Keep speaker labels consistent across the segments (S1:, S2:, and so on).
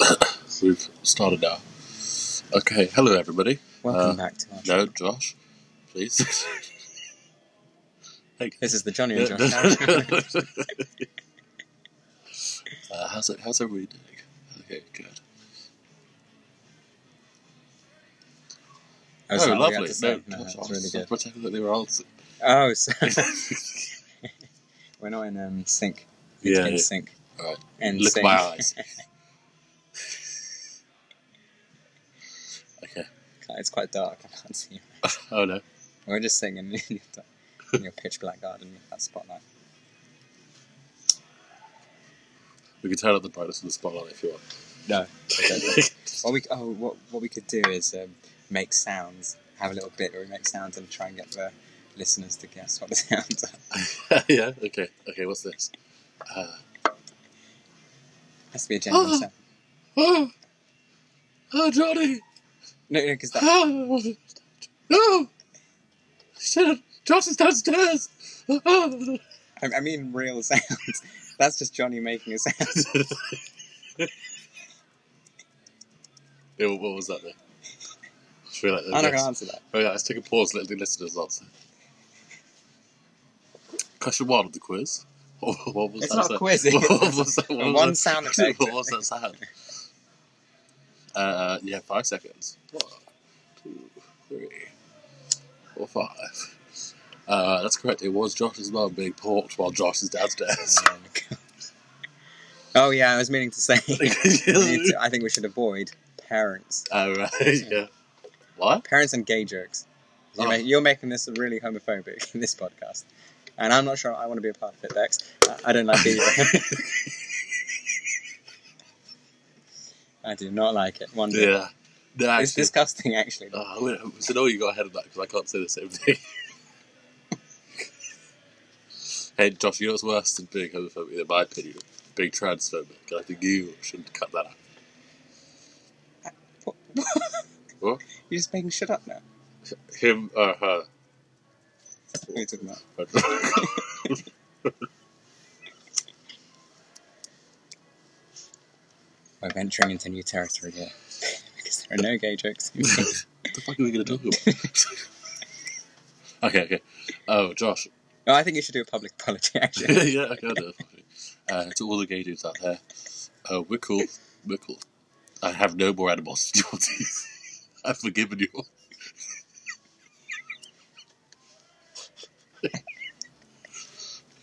S1: off. We've started now. Okay, hello everybody.
S2: Welcome
S1: Uh,
S2: back to our
S1: no, Josh, please. Thank
S2: This is the Johnny and
S1: you.
S2: Josh. show.
S1: uh, how's it? How's everybody doing? Okay, good.
S2: That was
S1: oh,
S2: all we had
S1: lovely.
S2: to say.
S1: No, Josh,
S2: No, that
S1: I
S2: was
S1: was
S2: really
S1: so
S2: good.
S1: pretending that they were answering.
S2: Oh, so we're not in um, sync. It's
S1: yeah.
S2: in
S1: yeah.
S2: sync.
S1: All right.
S2: And
S1: Look at
S2: sync.
S1: my eyes. okay.
S2: It's quite dark. I can't see you.
S1: Oh no.
S2: We're just sitting in your, in your pitch black garden with that spotlight.
S1: We can turn up the brightness of the spotlight if you want.
S2: No. Okay. what we oh what what we could do is um, make sounds. Have a little bit where we make sounds and try and get the listeners to guess what the sounds are.
S1: yeah. Okay. Okay. What's this? Uh,
S2: has to be a genuine
S1: Oh.
S2: sound.
S1: oh, oh, Johnny!
S2: No, no, because that.
S1: Oh, what a- no! Shut up! Josh is downstairs. Oh.
S2: I, I mean real sounds. That's just Johnny making a sound.
S1: Yeah, well, what was that then? I feel like
S2: I'm not gonna
S1: let's,
S2: answer that.
S1: oh, yeah, let's take a pause and let the listeners answer. Question one of the quiz. What was
S2: It's
S1: that
S2: not
S1: sound?
S2: a quiz.
S1: What was that? What was
S2: One
S1: that-
S2: sound effect.
S1: What was that sound? Uh, yeah, five seconds. One, two, three, four, five. Uh, that's correct. It was Josh's mum being porked while Josh is downstairs.
S2: Oh, my God. Oh, yeah, I was meaning to say. we need to- I think we should avoid parents.
S1: Oh, right, yeah. What?
S2: Parents and gay jokes. You're,
S1: Oh.
S2: ma- you're making this really homophobic in this podcast. And I'm not sure I want to be a part of it, Dex. I, I don't like it either. I do not like it. One bit.
S1: Yeah. No,
S2: It's
S1: actually,
S2: disgusting, actually.
S1: uh, I'm gonna- so no, you got ahead of that because I can't say the same thing. hey, Josh, you know what's worse than being homophobic, in my opinion? Being transphobic. I think you should cut that out.
S2: What-
S1: What?
S2: You're just making shit up now.
S1: Him or her?
S2: What are you talking about? We're venturing into new territory here. because there are no gay jokes.
S1: What the fuck are we going to talk about? okay, okay. Oh, Josh.
S2: No, I think you should do a public apology, actually.
S1: yeah, okay, I'll do it. Uh, to all the gay dudes out there, uh, we're cool. We're cool. I have no more animosity towards you. I've forgiven you. all.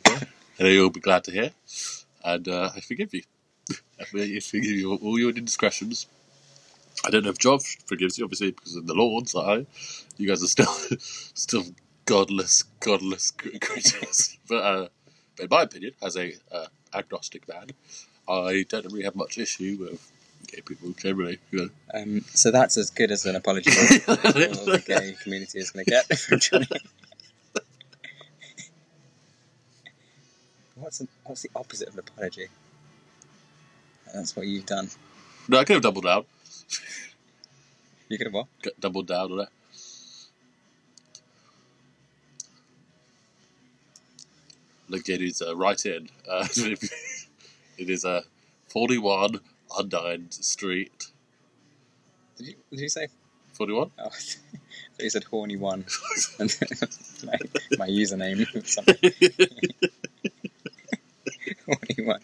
S1: Okay. I know you'll be glad to hear. And uh, I forgive you. I forgive you all your indiscretions. I don't know if Josh forgives you, obviously, because of the Lord's eye. You guys are still, still godless, godless cr- creatures. but, uh, but in my opinion, as a uh, agnostic man, I don't really have much issue with gay people generally. You
S2: Um, so that's as good as an apology as all the
S1: know?
S2: gay community is going to get from Johnny. What's, an, what's the opposite of an apology? That's what you've done.
S1: no, I could have doubled down,
S2: You could have what?
S1: Got doubled down on it. Look, gay dudes, uh, right in. Uh, it is uh, 41 Undine Street.
S2: Did you, did you say?
S1: 41?
S2: Oh, I thought you said horny one. and my, my username or something. horny one.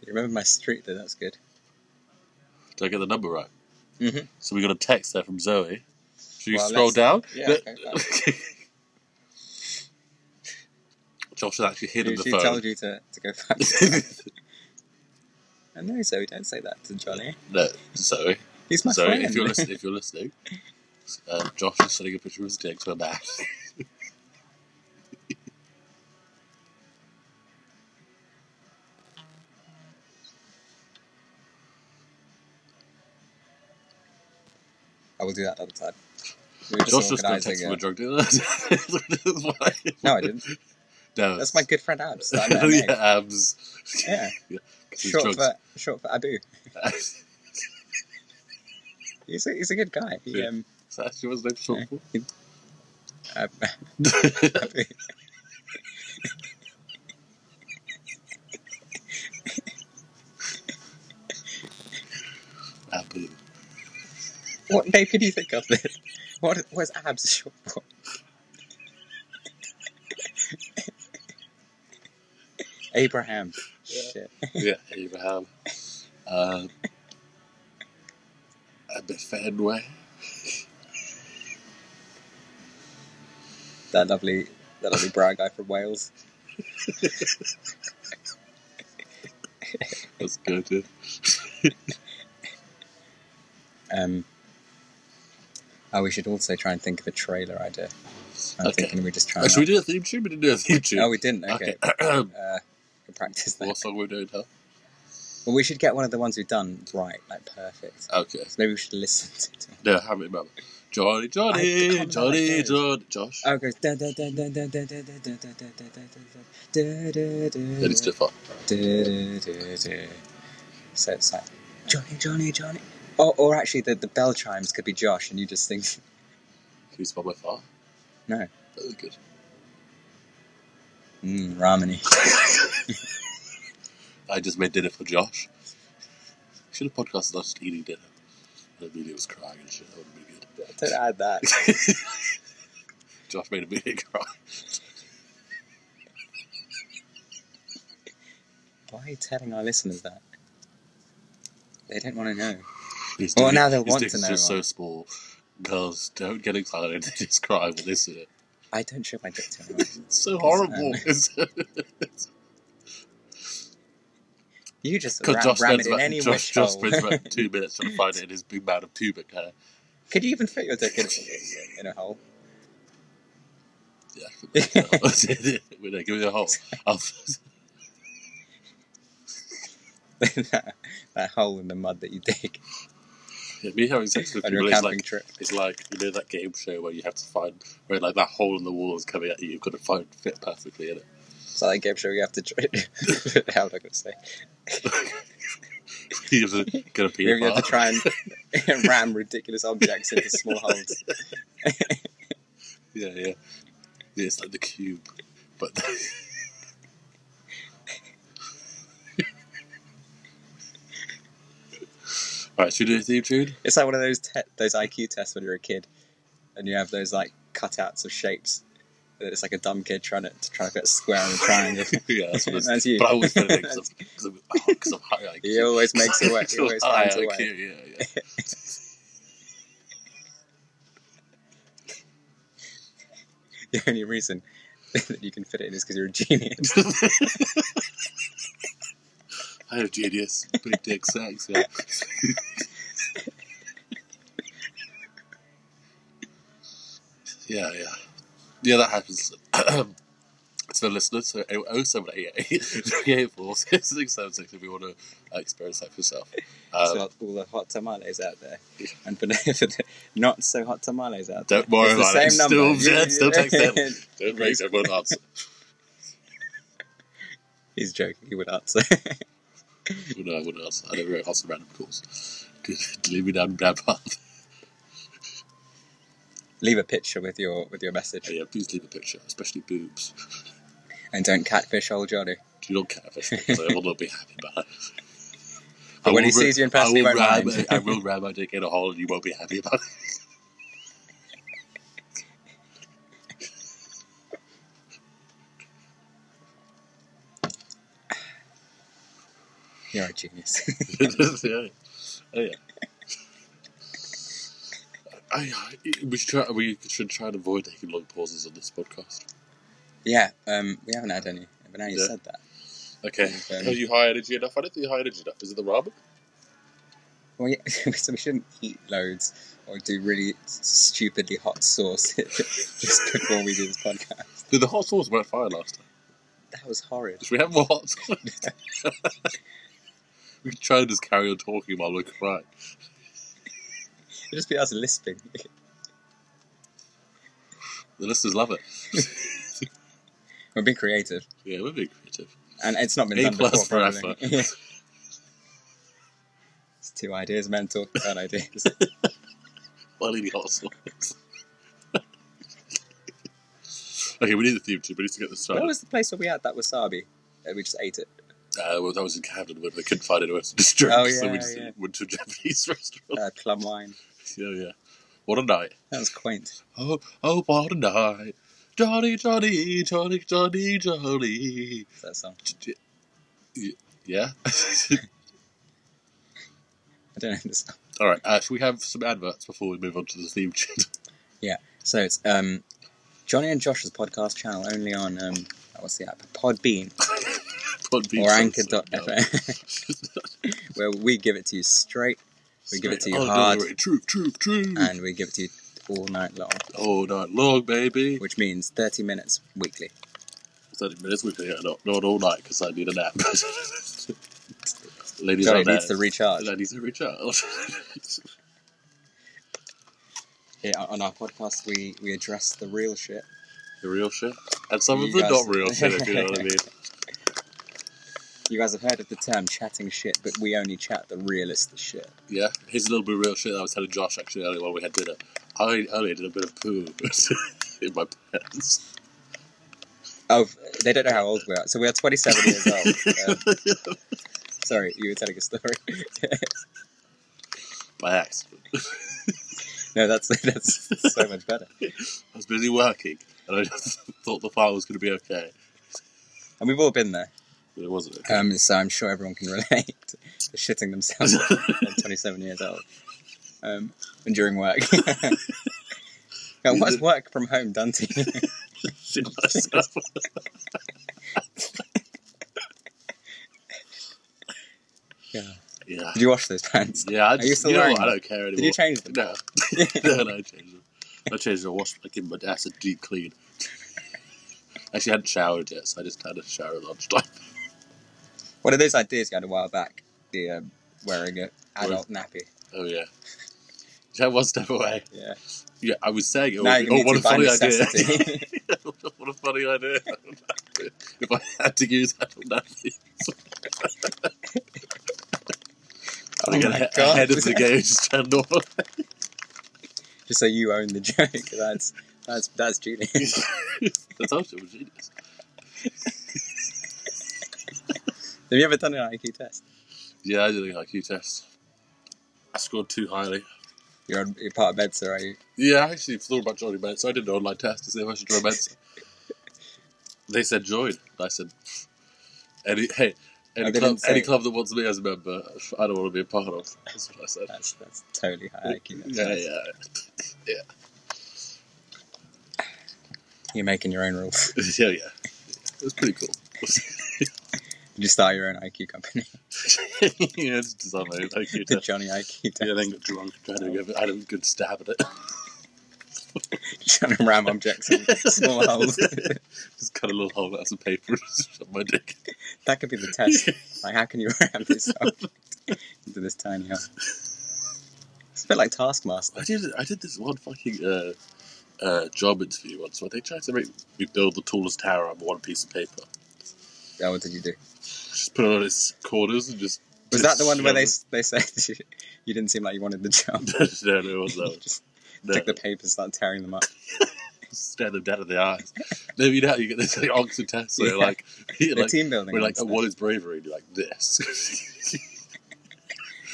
S2: you remember my street though, that's good.
S1: Did I get the number right?
S2: Mhm.
S1: So we got a text there from Zoe. Should you
S2: Well,
S1: scroll
S2: let's-
S1: down?
S2: Yeah, okay.
S1: Josh has actually hidden the
S2: she
S1: phone.
S2: told you to, to go fuck yourself. I know, Zoe, don't say that to Johnny.
S1: No, Zoe.
S2: He's my
S1: Zoe,
S2: friend.
S1: if you're listening, if you're listening, uh, Josh is sending a picture of his dick to a man.
S2: I will do that another time. We were just
S1: Josh just got a
S2: organising
S1: text from
S2: a-
S1: a drug dealer. That's why.
S2: No, I didn't.
S1: No.
S2: That's my good friend Abs. That I met at
S1: yeah,
S2: Meg.
S1: abs.
S2: yeah.
S1: These
S2: Short
S1: drugs.
S2: for, short for Abu. He's a, he's a good guy. He,
S1: Yeah.
S2: um, uh,
S1: Is that actually what his name
S2: Ab-
S1: is?
S2: Abu.
S1: Abu.
S2: What name could you think of this? What was abs short for? Abraham. Shit.
S1: Yeah, Abraham. Uh, Abu Fenway.
S2: That lovely, that lovely brown guy from Wales.
S1: That's good. Yeah.
S2: Um, oh, we should also try and think of a trailer idea. I'm
S1: Okay.
S2: thinking we just try.
S1: Oh,
S2: and
S1: should we do a theme tune? We didn't do a theme tune.
S2: Oh, Uh-huh. we didn't. Okay.
S1: okay.
S2: Uh, can practice that.
S1: what song we're doing, huh?
S2: Well, we should get one of the ones we've done right, like perfect.
S1: Okay.
S2: So maybe we should listen to it.
S1: No, I haven't remember. Johnny,
S2: I
S1: Johnny,
S2: can't remember how
S1: Johnny,
S2: it goes.
S1: Johnny, Josh.
S2: Oh, it goes. da- da- da- da- da- da- da- da- da- da- da- da- da- da- da- da- da-
S1: Then it's different.
S2: da-da-da-da. So it's like Johnny, Johnny, Johnny. Or, or actually, the, the bell chimes could be Josh, and you just think,
S1: Can you spell my fart?
S2: No.
S1: That was good.
S2: mm, Ramani.
S1: I just made dinner for Josh. Should have podcasted us eating dinner. And Amelia was crying and shit. That would have been good.
S2: Don't add that.
S1: Josh made Amelia cry.
S2: Why are you telling our listeners that? They don't want to know.
S1: His
S2: Well,
S1: dick-
S2: now they'll
S1: his
S2: want
S1: dick's
S2: to know
S1: just so
S2: why.
S1: small. Girls, don't get excited. They just cry when they see it.
S2: I don't show my dick to anyone.
S1: It's so
S2: um,
S1: horrible. Because
S2: You just ra-
S1: Josh
S2: ram
S1: spends
S2: it in
S1: about,
S2: any
S1: Josh,
S2: witch
S1: Josh
S2: hole.
S1: spends about two minutes trying to find it in his big mound of pubic hair.
S2: Could you even fit your dick in, in a hole?
S1: Yeah. Wait, no, give me a hole. I'll,
S2: that, that hole in the mud that you dig
S1: yeah, me having sex with
S2: on your
S1: people is
S2: camping
S1: like
S2: trip.
S1: it's like you know that game show where you have to find where like that hole in the wall is coming at you. You've got to find fit perfectly in it.
S2: So that game show you have to. Tr- how would I gonna say?
S1: You have to get a
S2: You
S1: peanut
S2: have to
S1: bar.
S2: try and ram ridiculous objects into small holes.
S1: Yeah, yeah, yeah. It's like the cube, but all right. Should we do a theme tune?
S2: It's like one of those te- those IQ tests when you're a kid, and you have those like cutouts of shapes. And It's like a dumb kid trying to, to try to fit a square and a triangle.
S1: yeah, that's what it's.
S2: That's you.
S1: But I always don't because I'm, 'cause I'm high IQ.
S2: He always makes it work. He always
S1: High
S2: finds a
S1: IQ,
S2: way.
S1: yeah, yeah.
S2: The only reason that you can fit it in is because you're a genius.
S1: I have genius, big dick sex. Yeah. yeah, yeah, yeah. That happens. to the listeners, so oh, 0788 384 6676 if you want to uh, experience that for yourself.
S2: It's
S1: Um,
S2: got all the hot tamales out there, and for the, for the not so hot tamales out there.
S1: don't worry
S2: it's the
S1: about
S2: same
S1: it. Still,
S2: number.
S1: yeah, still text them. Don't raise everyone answer.
S2: He's joking. He would answer.
S1: Well, no, I wouldn't answer. I never answer random calls. Leave me down bad path.
S2: Leave a picture with your with your message,
S1: Oh, yeah, please leave a picture, especially boobs.
S2: and don't catfish old Johnny.
S1: Do not catfish me, because I will not be happy about it.
S2: But
S1: I
S2: when he
S1: will ra-
S2: sees you in person, he
S1: I will
S2: won't
S1: ram,
S2: mind.
S1: I will ram my dick in a hole, and you won't be happy about it.
S2: You're a genius.
S1: yeah. Oh, yeah. I, I- we should try. We should try and avoid taking long pauses on this podcast.
S2: yeah, um, we haven't had any, but now you
S1: Yeah.
S2: said that.
S1: Okay.
S2: Okay.
S1: Are you high energy enough? I don't think you're high energy enough. Is it the ramen?
S2: Well, yeah, so we shouldn't eat loads or do really stupidly hot sauce just before we do this podcast.
S1: Dude, the hot sauce went fire last time.
S2: That was horrid.
S1: Should we have more hot sauce? we could try and just carry on talking while we're crying.
S2: It'd just be us lisping.
S1: The listeners love it.
S2: We're being creative,
S1: Yeah, we're being creative.
S2: and it's not been
S1: A
S2: done
S1: plus
S2: before.
S1: for
S2: probably. Yeah. it's two ideas, men talking about ideas.
S1: While eating hot sauce. okay, we need the theme tune. We need to get this
S2: What
S1: started.
S2: was the place where we had that wasabi? Uh, We just ate it.
S1: Uh, well, that was in Camden when they couldn't find anywhere to distract,
S2: Oh,
S1: so we
S2: yeah,
S1: just
S2: yeah.
S1: went to a Japanese restaurant.
S2: Uh, plum wine.
S1: yeah, yeah. What a night.
S2: That was quaint.
S1: Oh, oh, what a night. Johnny, Johnny, Johnny, Johnny, Johnny.
S2: Is that song?
S1: Yeah?
S2: I don't know the song.
S1: All right, uh, should we have some adverts before we move on to the theme tune?
S2: So it's um, Johnny and Josh's podcast channel only on um, what's the app? Podbean
S1: Podbean
S2: or
S1: sounds so dumb.
S2: Anchor.fm, where we give it to you straight. We give it to you
S1: Oh, no,
S2: hard,
S1: wait, Troop, troop, troop.
S2: and we give it to you all night long,
S1: All night long, baby.
S2: which means thirty minutes weekly.
S1: 30 minutes weekly, yeah, not, not all night, because I need a nap. Ladies
S2: Johnny
S1: and
S2: needs to recharge.
S1: I need to recharge.
S2: Yeah, on our podcast, we we address the real shit.
S1: the real shit. And some of
S2: You
S1: the
S2: guys-
S1: not real shit, if you know what I mean.
S2: You guys have heard of the term chatting shit, but we only chat the realest shit.
S1: Yeah, here's a little bit of real shit I was telling Josh actually earlier while we had dinner. I earlier did a bit of poo in my pants.
S2: Oh, they don't know how old we are. So we are 27 years old. Um, sorry, you were telling a story.
S1: By accident.
S2: no, that's that's so much better.
S1: I was busy working and I just thought the file was going to be okay.
S2: And we've all been there.
S1: But it wasn't okay.
S2: Um, so I'm sure everyone can relate to shitting themselves when 27 years old um, and during work. Now, what has work from home done to you?
S1: Shit myself.
S2: Yeah.
S1: Yeah.
S2: Did you wash those pants?
S1: Yeah, I
S2: Are you
S1: just,
S2: still
S1: you know
S2: wearing
S1: what, I
S2: them?
S1: don't care anymore.
S2: Did you change them?
S1: No. no, no, I changed them. I changed them. I washed, I gave my ass a deep clean. Actually, I hadn't showered yet, so I just had a shower at lunchtime.
S2: One of those ideas you had a while back, the um, wearing an adult nappy.
S1: Oh, yeah. That one step away.
S2: Yeah.
S1: Yeah, I was saying it.
S2: Now
S1: was-
S2: you're
S1: oh,
S2: going
S1: what a
S2: to by
S1: funny idea.
S2: necessity.
S1: what a funny idea. if I had to use that on that.
S2: Oh
S1: I get
S2: my
S1: ahead
S2: God.
S1: ahead of the game, just stand on.
S2: Just so you own the joke. That's that's that's genius.
S1: That's absolutely genius.
S2: Have you ever done an IQ test?
S1: Yeah, I did an IQ test. I scored too highly.
S2: You're, on, you're part of Medsa, are you?
S1: Yeah, I actually thought about joining Mensa. I did an online test to see if I should join Mensa. they said join. I said, any, hey,
S2: Oh,
S1: any,
S2: they
S1: club,
S2: didn't say
S1: any
S2: it.
S1: club that wants me as a member, I don't want to be a part of. That's what I said.
S2: That's that's totally high IQ. That's
S1: Yeah,
S2: nice.
S1: yeah.
S2: You're making your own rules.
S1: Yeah, yeah. It was pretty cool.
S2: Did you start your own IQ company?
S1: yeah, it's design my own IQ
S2: The
S1: test.
S2: Johnny IQ
S1: Yeah,
S2: test.
S1: then got drunk and tried to give it, I had a good stab at it.
S2: Johnny Ram objects in small holes.
S1: Just cut a little hole out of some paper and just shove my dick.
S2: that could be the test. Like, how can you ram this object into this tiny hole? It's a bit like Taskmaster.
S1: I did I did this one fucking uh, uh, job interview once where they tried to make me build the tallest tower on one piece of paper.
S2: Oh, what did you do?
S1: Just put it on its corners and just.
S2: Was that
S1: just
S2: the one where they
S1: shove
S2: they said you, you didn't seem like you wanted the job?
S1: it- no, no, it wasn't that
S2: You
S1: one.
S2: just
S1: No,
S2: took the paper, and started tearing them up.
S1: stare them dead in the eyes. Maybe you know how you get this like, Oxford test where
S2: Yeah.
S1: you're like, you're
S2: The
S1: like
S2: team building.
S1: We're like,
S2: ones,
S1: oh,
S2: though.
S1: what is bravery? And you're like, this.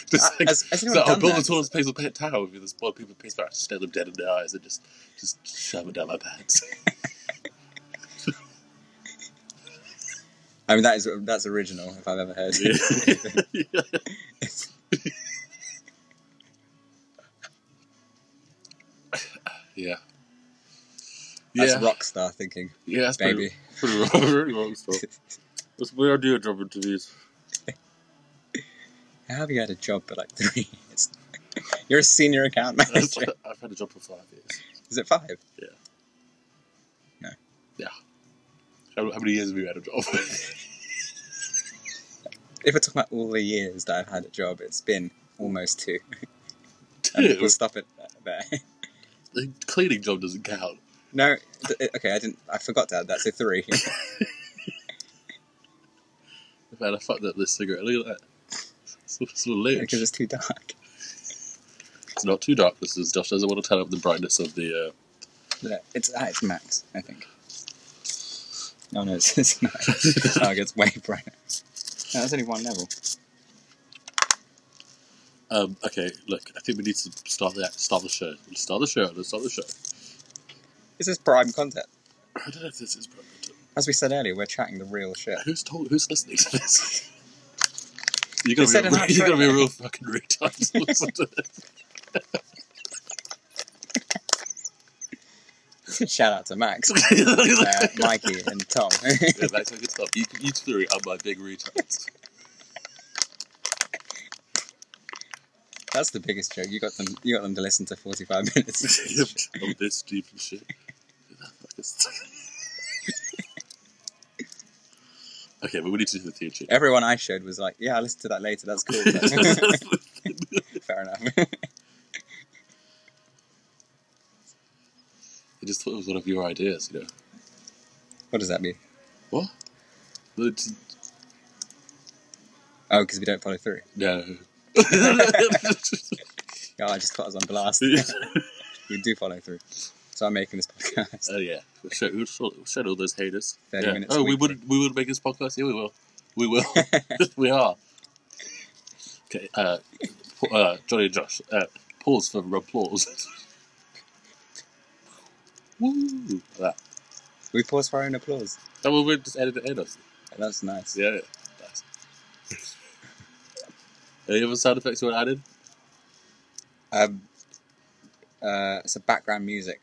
S1: Just
S2: Uh,
S1: like,
S2: has- has
S1: so
S2: anyone
S1: I'll
S2: done
S1: build
S2: that?
S1: a tallest piece of paper tower with this one people piece of paper, stare them dead in the eyes, and just just shove it down my pants.
S2: I mean, that is that's original if I've ever heard. it.
S1: yeah.
S2: that's
S1: Yeah,
S2: rock star thinking,
S1: yeah, that's
S2: baby.
S1: pretty, pretty wrong, pretty wrong stuff. That's where I do a job interviews.
S2: How have you had a job for like three years? You're a senior account
S1: That's-
S2: manager.
S1: I've had a job for five years.
S2: Is it five?
S1: How, how many years have you had a job?
S2: If we're talking about all the years that I've had a job, it's been almost two. And
S1: Two.
S2: We'll stop it there.
S1: The cleaning job doesn't count.
S2: No, th- okay, I didn't. I forgot to add that. So three.
S1: Man, I fucked up this cigarette. Look at that. It's, it's a little lynch.
S2: because it's too dark.
S1: It's not too dark. This is Josh doesn't want to turn up the brightness of the. Uh,
S2: No, It's ah, it's max, I Oh, think. No, no, it's, it's not. Oh, it gets way brighter. No, that's only one level.
S1: Um, okay, look, I think we need to start the start the show. Let's start the show. Let's start the show.
S2: This is prime content.
S1: I don't know if this is broken.
S2: As we said earlier, we're chatting the real shit.
S1: Who's told? Who's listening to this? You're
S2: They
S1: gonna,
S2: said
S1: be a,
S2: an
S1: re- you're
S2: outro.
S1: gonna be a real fucking retard. to listen to this.
S2: Shout out to Max, uh, Mikey, and Tom.
S1: yeah, that's a good stuff. You, you three are my big retards.
S2: that's the biggest joke. You got them. You got them to listen to forty-five minutes.
S1: Of this stupid shit. okay, but we need to do the theme tune.
S2: Everyone I showed was like, "Yeah, I'll listen to that later. That's cool." Fair enough.
S1: I just thought it was one of your ideas, you know.
S2: what does that mean?
S1: What? It's-
S2: Oh, because we don't follow through.
S1: No.
S2: Oh, I just put us on blast. we do follow through. So I'm making this podcast.
S1: Oh yeah, we'll shut, we'll shut, we'll shut all those haters.
S2: 30
S1: Yeah.
S2: minutes
S1: Oh, we
S2: weekly.
S1: would we would make this podcast. Yeah, we will. We will. we are. Okay, uh, pa- uh, Johnny and Josh. Uh, pause for applause. Woo! That.
S2: We pause for our own applause.
S1: That one we just edit it in. us.
S2: That's nice.
S1: Yeah. Nice. Any other sound effects you want added?
S2: Um, uh, so background music.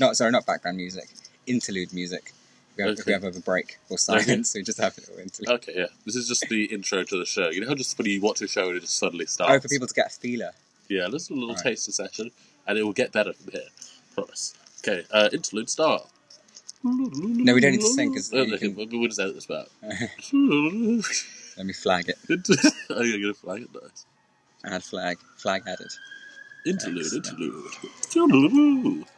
S2: No, sorry, not background music. Interlude music. We have, If
S1: Okay.
S2: we have a break or silence, we just have a little interlude.
S1: Okay, yeah. This is just the intro to the show. You know how just when you watch a show and it just suddenly starts.
S2: Oh, for people to get a feeler.
S1: Yeah, let's do a little
S2: Alright.
S1: taster session, and it will get better from here. Promise. Okay, uh, interlude start. No,
S2: we don't need to sing, 'cause you
S1: okay,
S2: can-
S1: we we'll just edit this out.
S2: Let
S1: oh,
S2: me flag it.
S1: you're gonna flag it, nice.
S2: Add flag. Flag added.
S1: Interlude,
S2: Excellent.
S1: interlude.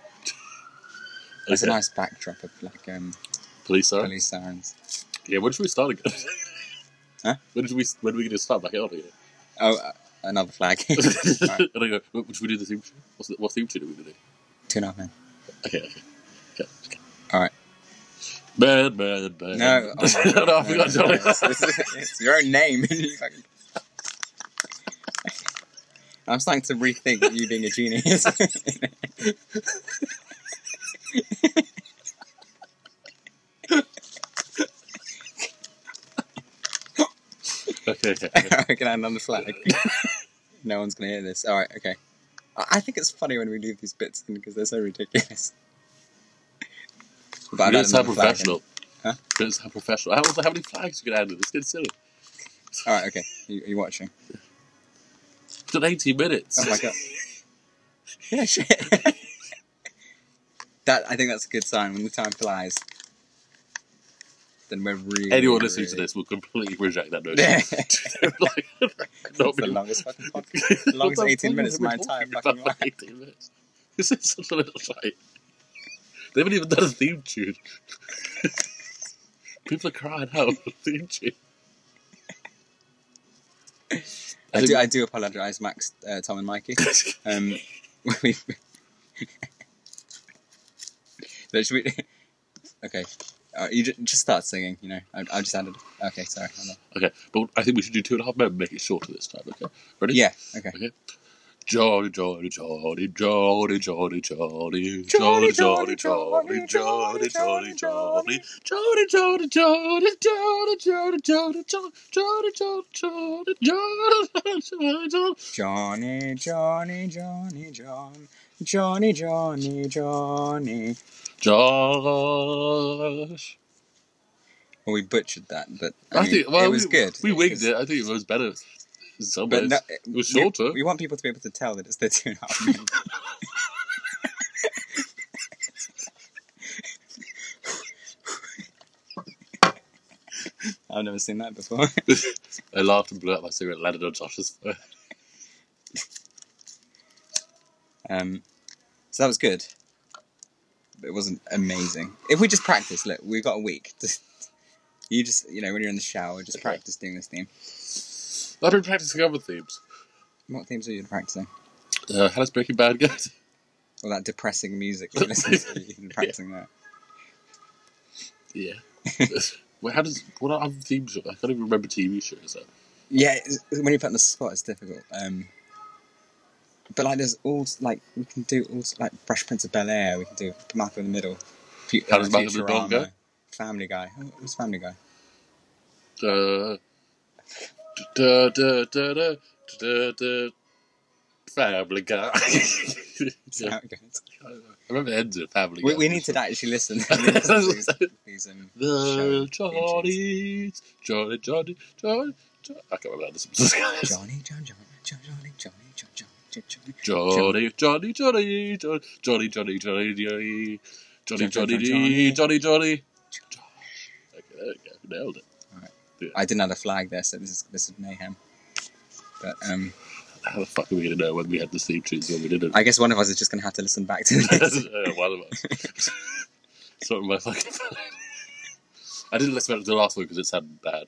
S2: That's
S1: Okay,
S2: a nice backdrop of like um,
S1: police siren.
S2: police sirens.
S1: Yeah, when should we start again?
S2: Huh?
S1: When should we? When are we gonna start back out again?
S2: Oh, uh, another flag. Alright,
S1: And I go, what should we do the theme? tune? What's the, what theme tune are we gonna do?
S2: Two and a half men.
S1: Okay, okay, okay. okay.
S2: All right.
S1: Bad, bad, bad.
S2: No, oh my
S1: no, I
S2: God. No,
S1: forgot.
S2: no, no,
S1: Johnny.
S2: it's, it's- it's your own name. You fucking- I'm starting to rethink you being a genius.
S1: Okay, okay.
S2: I can hand on the flag. No one's gonna hear this. All right, okay. I I think it's funny when we leave these bits in because they're so ridiculous. But I've
S1: Notice how
S2: added another flag in.
S1: professional.
S2: Huh?
S1: Notice how professional. How, how many flags you can handle? It's getting silly.
S2: All right, okay. You, you're watching.
S1: It's done 80 minutes.
S2: Oh my god. Yeah, shit. that I think that's a good sign. When the time flies, then we're really.
S1: Anyone listening to
S2: really-
S1: this will completely reject that notion. like, not
S2: It's the
S1: me.
S2: longest fucking podcast. the longest
S1: What the
S2: 18
S1: fuck
S2: minutes of
S1: have
S2: my
S1: we been
S2: entire
S1: talking
S2: fucking
S1: about
S2: life.
S1: for 18 minutes. This is such a little fight. They haven't even done a theme tune. People are crying out for a theme tune.
S2: I do, I do apologise, Max, uh, Tom, and Mikey. Um, we. Look, should we- okay. Uh, you just, just start singing, you know. I, I just added. Okay, sorry. hold on.
S1: Okay, but I think we should do two and a half men, make it shorter this time, okay? Ready?
S2: Yeah, okay.
S1: Okay. Jolly, jolly, jolly, jolly, jolly, jolly, jolly,
S2: Jolly,
S1: jolly,
S2: jolly,
S1: jolly,
S2: jolly,
S1: jolly,
S2: jolly,
S1: jolly, jolly,
S2: jolly,
S1: jolly, jolly, jolly, jolly, jolly, jolly, jolly, jolly, jolly, jolly, jolly, jolly, jolly.
S2: Johnny, Johnny, Johnny, John. Johnny, Johnny, Johnny.
S1: Josh.
S2: Well, we butchered that, but I,
S1: I
S2: mean,
S1: think well,
S2: it was
S1: we,
S2: good.
S1: We winged
S2: was-
S1: it. I think it was better. In some
S2: But
S1: ways.
S2: no,
S1: it was
S2: we-
S1: shorter.
S2: We, want people to be able to tell that it's the two and a half minutes. I've never seen that before.
S1: I laughed and blew out my cigarette, landed on Josh's phone.
S2: Um, so that was good. But it wasn't amazing. If we just practice, look, we've got a week. Just, you just, you know, when you're in the shower, just
S1: Okay.
S2: practice doing this theme.
S1: I've been practicing other themes.
S2: What themes are you practicing?
S1: Uh, how does Breaking Bad go?
S2: All that depressing music you listen to. You've been practicing that.
S1: yeah. Wait, how does what are other theme shows? I can't even remember TV shows. Though.
S2: Yeah, it's, when you put on the spot, it's difficult. Um, but like, there's all like we can do all like Fresh Prince of Bel Air. We can do Malcolm in the Middle. Fu- uh,
S1: How does Malcolm in the Middle
S2: Futurama,
S1: go?
S2: Family Guy. Oh, Who's Family Guy?
S1: Da, da, da, da, da, da, da, Family Guy.
S2: That's
S1: yeah,
S2: how it goes.
S1: I remember it ends with Family
S2: We,
S1: Guy.
S2: we need to actually listen. listen to these, these, um,
S1: The
S2: show theme tunes.
S1: Johnnies, Johnny, Johnny, Johnny, Johnny. I can't remember how this is.
S2: Johnny, John, John, John, Johnny, Johnny, John, John, John,
S1: Johnny,
S2: Johnny.
S1: Johnny, Johnny, Johnny, Johnny, Johnny, Johnny, Johnny, Johnny,
S2: John, John,
S1: Johnny, Johnny,
S2: Johnny.
S1: Johnny, Johnny. Okay, there we go. Nailed it.
S2: I didn't have a flag there, so this is this is mayhem. But um,
S1: How the fuck are we gonna know when we had the theme tunes when we didn't?
S2: I guess one of us is just gonna have to listen back to this.
S1: Uh, one of us. Sort of my fucking phone. I didn't listen back to the last one because it sounded bad.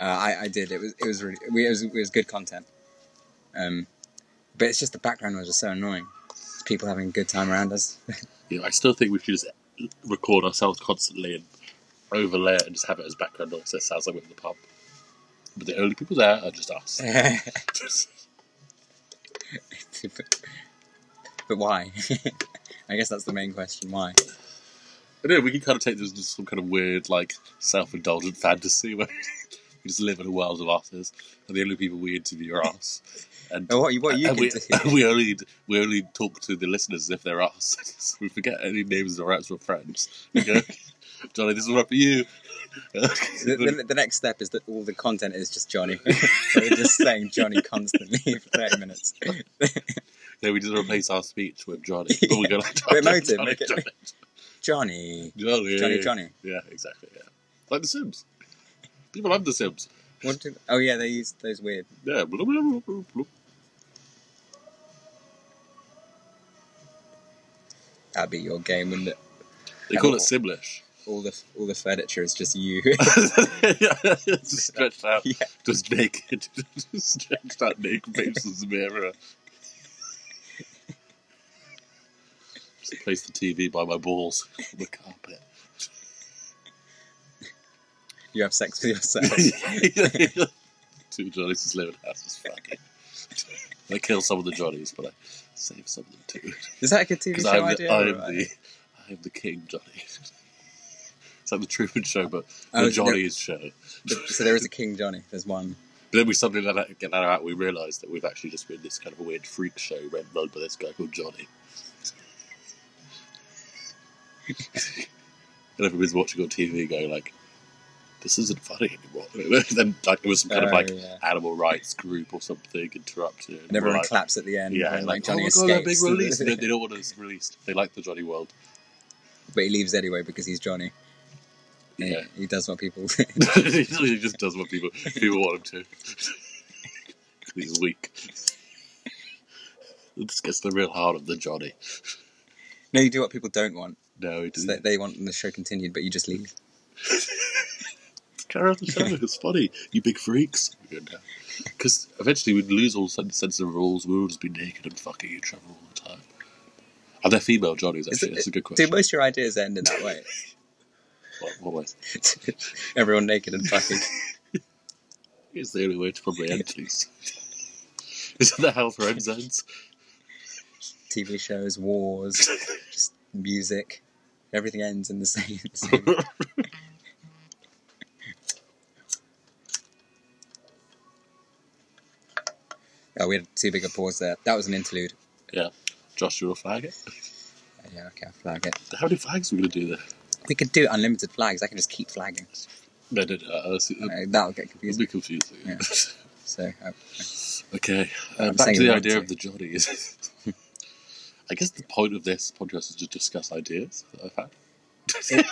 S2: Uh, I, I did. It was it was really we, it was it was good content. Um, but it's just the background was just so annoying. It's people having a good time around us.
S1: You know, I still think we should just record ourselves constantly and overlay it and just have it as background noise. So it sounds like we're in the pub. But the only people there are just us.
S2: but why? I guess that's the main question. Why?
S1: I don't know, we can kind of take this as some kind of weird, like, self indulgent fantasy where we just live in a world of artists and the only people we interview are us. And,
S2: Or what you what you
S1: and Uh, we,
S2: can do?
S1: and we only we only talk to the listeners if they're us. we forget any names of our actual friends. We go, Johnny, this is one for you.
S2: The, the, the next step is that all the content is just Johnny. We're just saying Johnny constantly for thirty minutes.
S1: then we just replace our speech with Johnny. But we go like,
S2: We're
S1: Johnny,
S2: emotive,
S1: Johnny,
S2: make it-
S1: Johnny,
S2: Johnny,
S1: Johnny,
S2: Johnny, Johnny.
S1: Yeah, exactly. Yeah, like The Sims. People love The Sims.
S2: What do, oh yeah, they use those weird.
S1: Yeah. Blah, blah, blah, blah, blah.
S2: That'd be your game, wouldn't it?
S1: They call it Simlish.
S2: All the all the furniture is just you.
S1: just stretched out,
S2: Yeah.
S1: just naked, just stretched out naked faces in the mirror. Just place the TV by my balls on the carpet.
S2: you have sex with yourself.
S1: Two Johnnies just live in a house, just fucking. I kill some of the Johnnies, but I save some of them too.
S2: Is that a good TV
S1: Because
S2: show
S1: I'm,
S2: idea?
S1: the, I'm,
S2: or-
S1: the, I'm the king, Johnny. It's like the Truman Show, but
S2: Oh,
S1: the
S2: is it-
S1: Johnny's show.
S2: So there is a King Johnny. There's one.
S1: But then we suddenly let that, get that out. We realise that we've actually just been this kind of a weird freak show run run by this guy called Johnny. and everybody's watching on TV, going like, "This isn't funny anymore." then like it was some kind of
S2: Oh,
S1: like
S2: yeah.
S1: animal rights group or something interrupted.
S2: And everyone
S1: like,
S2: claps at the end.
S1: Yeah,
S2: and,
S1: like,
S2: like, Johnny
S1: oh my god, that big
S2: escapes.
S1: release! they, they don't want us released. They like the Johnny world.
S2: but he leaves anyway because he's Johnny. And
S1: Yeah,
S2: He does what people.
S1: he just does what people people want him to. He's weak. This gets the real heart of the Johnny.
S2: no, you do what people don't want.
S1: No, it
S2: So they,
S1: isn't.
S2: they want the show continued, but you just leave.
S1: Carry on the show. It's funny, you big freaks. Because eventually we'd lose all sen- sense of rules. We would just be naked and fucking each other all the time. Are there female Johnnies?
S2: Is
S1: Actually,
S2: it-
S1: that's a good
S2: Do
S1: question.
S2: most of your ideas end in that way?
S1: What, what way?
S2: Everyone naked and fucking.
S1: It's the only way to probably end these. Isn't that how Friends ends?
S2: TV shows, wars, just music. Everything ends in the same. same. oh, we had too big a pause there. That was an interlude.
S1: Yeah. Josh, you're a faggot.
S2: Uh, Yeah, okay, I'll flag it.
S1: How many flags are we going to do there?
S2: We could do unlimited flags. I can just keep flagging.
S1: No, no, no. Uh, see,
S2: Uh, that'll get
S1: it'll
S2: confusing.
S1: be confusing.
S2: Yeah. So, uh,
S1: Okay, uh,
S2: I'm
S1: back
S2: saying
S1: to the
S2: one,
S1: idea
S2: two.
S1: of the Johnnies. I guess the point of this podcast is to discuss ideas that I've had.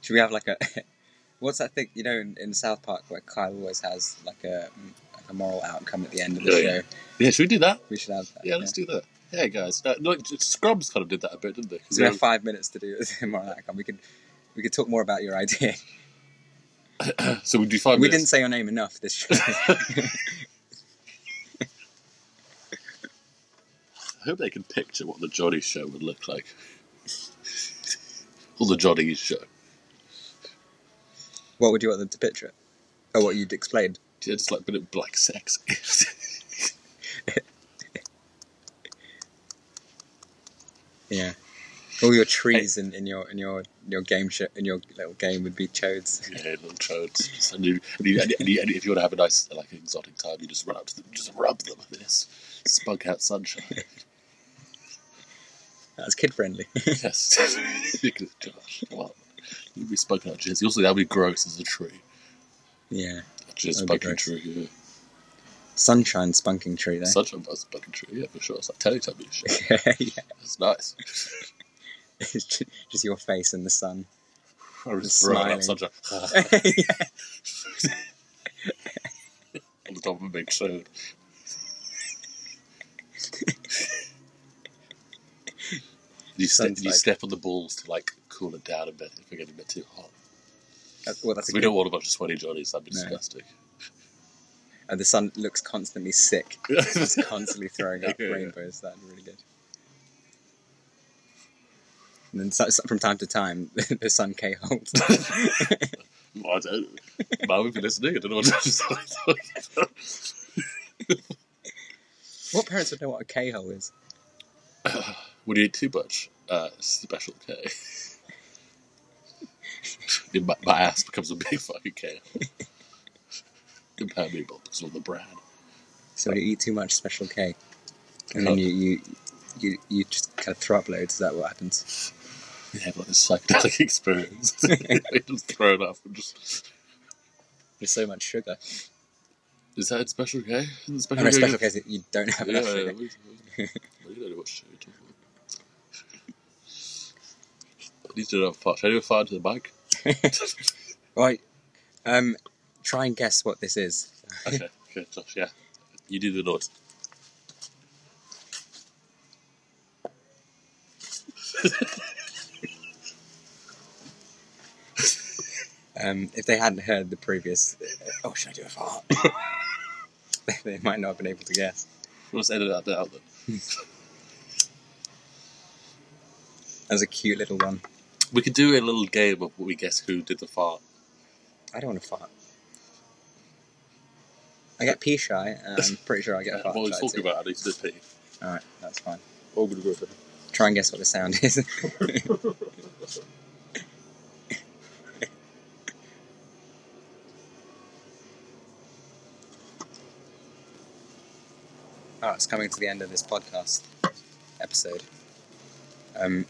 S2: should we have like a? What's that thing? You know, in, in South Park, where Kyle always has like a like a moral outcome at the end of the
S1: Yeah,
S2: show.
S1: yeah. Yeah, should we do that?
S2: We should have that.
S1: Yeah, let's do that. Yeah, guys. Uh, like, Scrubs kind of did that a bit, didn't they? 'Cause
S2: So we
S1: they
S2: have five minutes to do a moral outcome. We could we could talk more about your idea.
S1: were- so we do five
S2: We didn't
S1: minutes.
S2: say your name enough this show.
S1: I hope they can picture what the Johnny show would look like. or the Johnny's show.
S2: What would you want them to picture? it? Oh, what you'd explained.
S1: Yeah, just like, but it black sex.
S2: Yeah. All your trees in, in your in your in your game show in your little game would be chodes.
S1: yeah, little chodes. Just- And you, and you, and you- and you- and if you want to have a nice, like, exotic time, you just run up to them, just rub them, and it's spunk out sunshine.
S2: That's kid friendly.
S1: yes. Because, Josh, come on. You'd be spunking out jizz. Also, that would be gross as a tree.
S2: yeah.
S1: A jizz
S2: That'd be
S1: spunking
S2: gross.
S1: tree, yeah.
S2: Sunshine spunking tree though.
S1: Such a buzz spunking tree, yeah, for sure. It's like Teletubbies shit.
S2: yeah.
S1: It's nice.
S2: It's ju- just your face in the sun.
S1: I was
S2: Just
S1: throwing up
S2: smiling.
S1: sunshine on
S2: yeah.
S1: the top of a big shade. You, step,
S2: Sounds
S1: you
S2: like-
S1: step on the balls to like cool it down a bit if they're getting a bit too hot.
S2: That- Well, that's a
S1: we
S2: good.
S1: don't want a bunch of sweaty johnnies. That'd be
S2: No.
S1: disgusting.
S2: And the sun looks constantly sick. It's constantly throwing up
S1: Yeah.
S2: rainbows. That'd be really good. And then so, so- from time to time, the sun K-holds.
S1: Well, I don't. Mum, if you're listening, I don't know what to say.
S2: what parents would know what a K-hole is?
S1: When you eat too much, uh, special K. Then my, my ass becomes a big fucking K. Impermeable because of the brand.
S2: So when you eat too much special K, and
S1: Oh.
S2: then you you, you you just kind of throw up loads. Is that what happens?
S1: They have like this psychedelic experience. they just throw it up and just.
S2: There's so much sugar.
S1: Is that in special K? Isn't
S2: I
S1: Special
S2: mean,
S1: K
S2: special K is that you don't have
S1: Yeah,
S2: enough
S1: yeah.
S2: sugar.
S1: we- we- we don't know what show you're talking about. At least you don't have fart. Should I do a fart to the mic?
S2: Right. Um, try and guess what this is.
S1: Okay, okay, Josh, yeah. You do the noise.
S2: Um, if they hadn't heard the previous, oh, should I do a fart? they might not have been able to guess.
S1: We'll just edit that bit out then.
S2: That was a cute little one.
S1: We could do a little game of what we guess who did the fart.
S2: I don't want to fart. I get pee shy. And I'm pretty sure I get a
S1: What
S2: fart.
S1: we were
S2: shy
S1: talking
S2: too.
S1: about, I need to pee.
S2: All right, that's fine.
S1: Oh, good, good, good.
S2: Try and guess what the sound is. oh, it's coming to the end of this podcast episode. Um,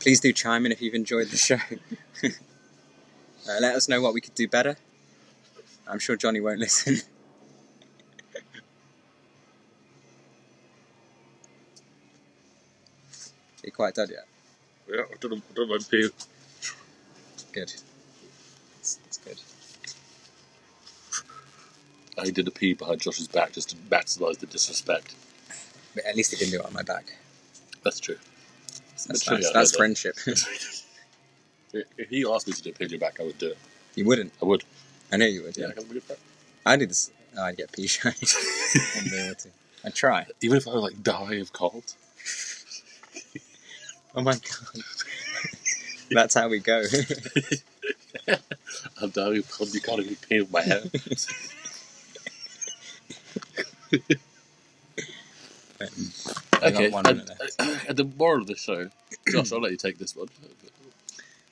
S2: please do chime in if you've enjoyed the show. Uh, let us know what we could do better. I'm sure Johnny won't listen. You're quite dead yet.
S1: Yeah, I don't, know- I don't mind pee.
S2: Good. That's, that's good.
S1: I did a pee behind Josh's back just to maximise the disrespect.
S2: But at least he didn't do it on my back.
S1: That's true.
S2: That's
S1: Literally,
S2: nice.
S1: I
S2: That's
S1: don't know.
S2: friendship.
S1: If if he asked me to do a pee on your back, I would do it.
S2: you wouldn't.
S1: I would.
S2: I know you would. Yeah.
S1: I'm a good friend.
S2: I do this. Oh, I'd get pee shy. Wouldn't be able to. I'd try.
S1: Even if I like die of cold,
S2: Oh my god. That's how we go.
S1: I'm dying of cold. You can't even pee on my head.
S2: I got one
S1: and,
S2: minute
S1: and the moral of the show, Josh, I'll let you take this one.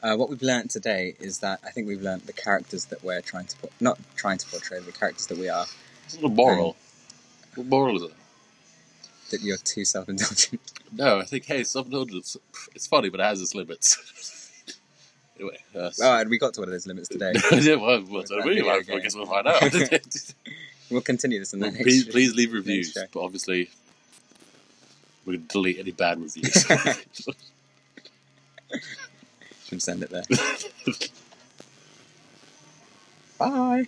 S2: uh, what we've learnt today is that I think we've learnt the characters that we're trying to put, not trying to portray, the characters that we are,
S1: It's not a moral. What moral is it?
S2: that you're too self indulgent.
S1: No, I think hey, self-indulgence. It's funny, but it has its limits. anyway, uh,
S2: Well, and we got to one of those limits today.
S1: yeah, well, well,
S2: With
S1: so
S2: that
S1: we
S2: video
S1: might- I
S2: game.
S1: guess we'll find out.
S2: We'll continue this in the next
S1: please, please leave reviews,
S2: show.
S1: but obviously we're going to delete any bad reviews.
S2: Should send it there. Bye.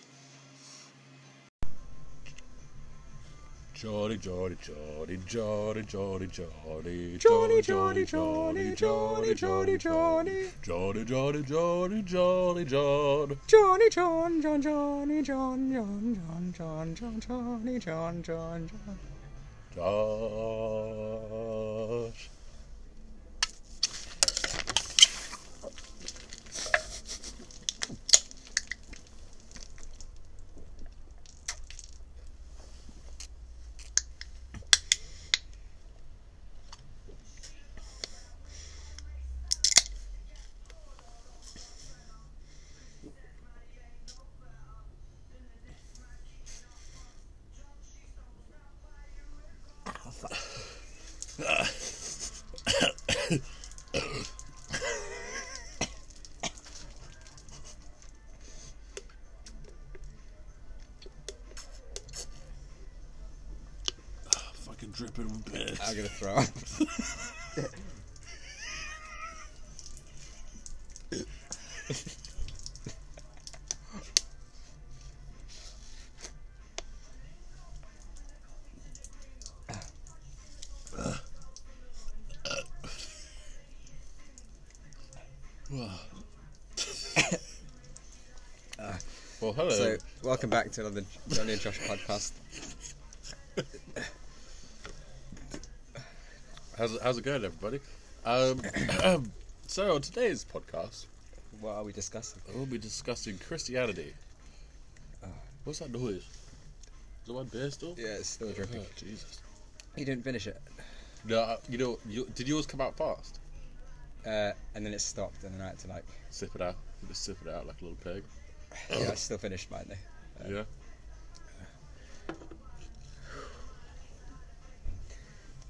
S1: Johnny, Johnny, Johnny, Johnny, Johnny, Johnny,
S3: Johnny, Johnny, Johnny, Johnny, Johnny, Johnny.
S1: Johnny, Johnny, Johnny, Johnny, John.
S3: Johnny, John, John, Johnny, John, John, John, John, John, Johnny, John, John, John.
S1: Josh. Fucking dripping with piss.
S2: I'm gonna throw up.
S1: Well, hello.
S2: So, welcome back to another Johnny and Josh podcast.
S1: how's, it- how's it going, everybody? Um, so, on today's podcast,
S2: What are we discussing?
S1: we'll be discussing Christianity. What's that noise? Is it my beer still?
S2: Yeah, it's still dripping.
S1: Oh, Jesus.
S2: You didn't finish it,
S1: No, I- you know, you, did yours come out fast?
S2: uh, and then it stopped, and then I had to like.
S1: Sip it out. Just sip it out like a little pig.
S2: Yeah, I still finished mine though.
S1: yeah.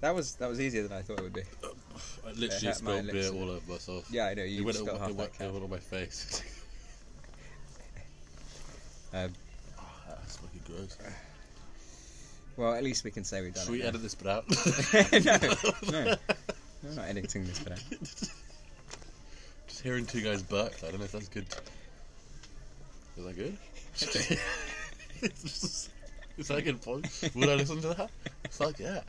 S2: That was that was easier than I thought it would be.
S1: I literally
S2: hurt my
S1: spilled
S2: lips
S1: beer
S2: a
S1: all over myself.
S2: Yeah, I know
S1: it
S2: you
S1: went,
S2: spilled
S1: it,
S2: half
S1: went,
S2: that.
S1: it
S2: cup.
S1: went on my face.
S2: Um,
S1: Ah, That's fucking gross.
S2: well, at least we can say we've done
S1: Should we
S2: it.
S1: edit this bit out?
S2: now. no, no, I'm not editing this for now.
S1: Just hearing two guys burp. I don't know if that's good. Is that good? Is that a good point? Would I listen to that? Fuck yeah.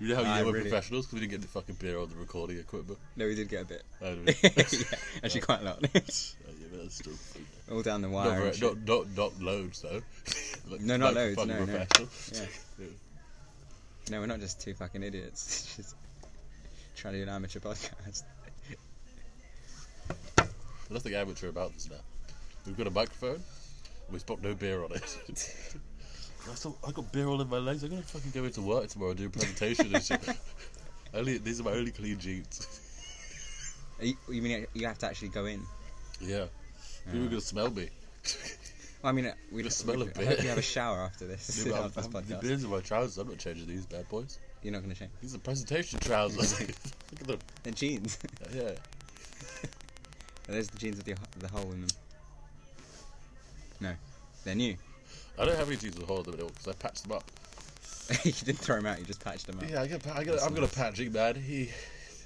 S1: You know how you
S2: I
S1: know we're
S2: really-
S1: professionals because we didn't get the fucking beer on the recording equipment.
S2: No, we did get a bit.
S1: I don't
S2: yeah,
S1: know.
S2: actually, quite a lot.
S1: Uh, yeah, but that's still
S2: All down the wire.
S1: not,
S2: and
S1: very,
S2: shit.
S1: not, not, not loads though. Like-
S2: No, not
S1: like a
S2: loads,
S1: fucking
S2: no, no.
S1: professional.
S2: Yeah. No, we're not just two fucking idiots. just trying to do an amateur podcast.
S1: There's nothing amateur about this now. We've got a microphone. and We've got no beer on it. I thought I got beer all in my legs. I'm gonna fucking go into work tomorrow and do a presentation and shit. Only these are my only clean jeans.
S2: Are you, you mean you have to actually go in?
S1: yeah, people are gonna smell me.
S2: Well, I mean, uh, we
S1: The smell
S2: we,
S1: of
S2: I hope
S1: beer.
S2: you have a shower after this.
S1: Yeah, but
S2: after this
S1: I'm- I'm- the
S2: podcast.
S1: beer's in my trousers. I'm not changing these bad boys.
S2: You're not going to change.
S1: These are presentation trousers. Look at them.
S2: They're jeans.
S1: Yeah.
S2: Are those the jeans with the, the hole in them? No, they're new.
S1: I don't have any jeans with holes in them at all because I patched them up.
S2: you didn't throw them out. You just patched them up.
S1: Yeah, I got. I got. I've got a patching man. He.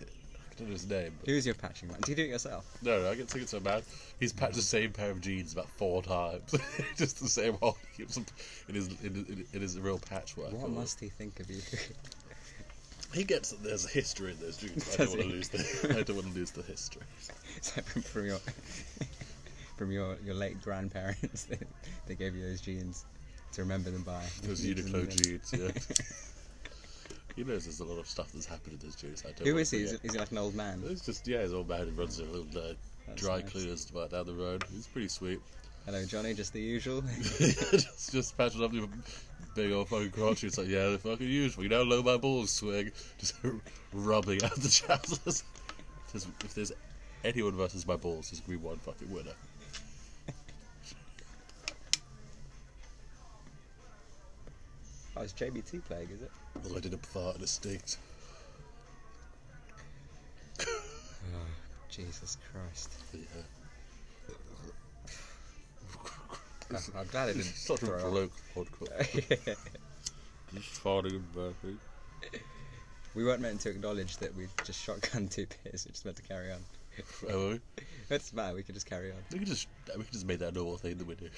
S1: I don't know his name. But
S2: Who's your patching man? Do you do it yourself?
S1: No, no, I get tickets to a man. He's patched the same pair of jeans about four times, just the same hole. He keeps them in his in, in, in his real patchwork.
S2: What must he think of you?
S1: he gets? that There's a history in those jeans. I don't
S2: Does
S1: want to
S2: he?
S1: lose the. I don't want to lose the history.
S2: It's like from, from your from your, your late grandparents. They, they gave you those jeans to remember them by.
S1: Those
S2: You didn't
S1: Uniqlo
S2: know.
S1: jeans. Yeah. he knows there's a lot of stuff that's happened in those jeans. I don't.
S2: Who
S1: wanna
S2: is he? Is,
S1: forget.
S2: is he like an old man?
S1: It's just yeah, his old man who runs a little uh,
S2: That's
S1: dry
S2: nice.
S1: cleaners right down the road. He's pretty sweet.
S2: Hello, Johnny. Just the usual.
S1: just, just patching up your big old fucking crotch. It's like, yeah, the fucking usual. You know, low my balls swing. Just rubbing out the trousers. If there's, if there's anyone versus my balls, there's going to be one fucking winner.
S2: Oh, it's JBT playing, is it?
S1: Although I did a fart and it stinks.
S2: Jesus Christ.
S1: But yeah.
S2: I'm, I'm glad I didn't
S1: It's such a
S2: throw up.
S1: bloke podcast. Just farting and burping.
S2: We weren't meant to acknowledge that we just shotgun two beers. We're just meant to carry on.
S1: Oh, we-
S2: That's matter. We could just carry on
S1: we could just we could just make that a normal thing that we do.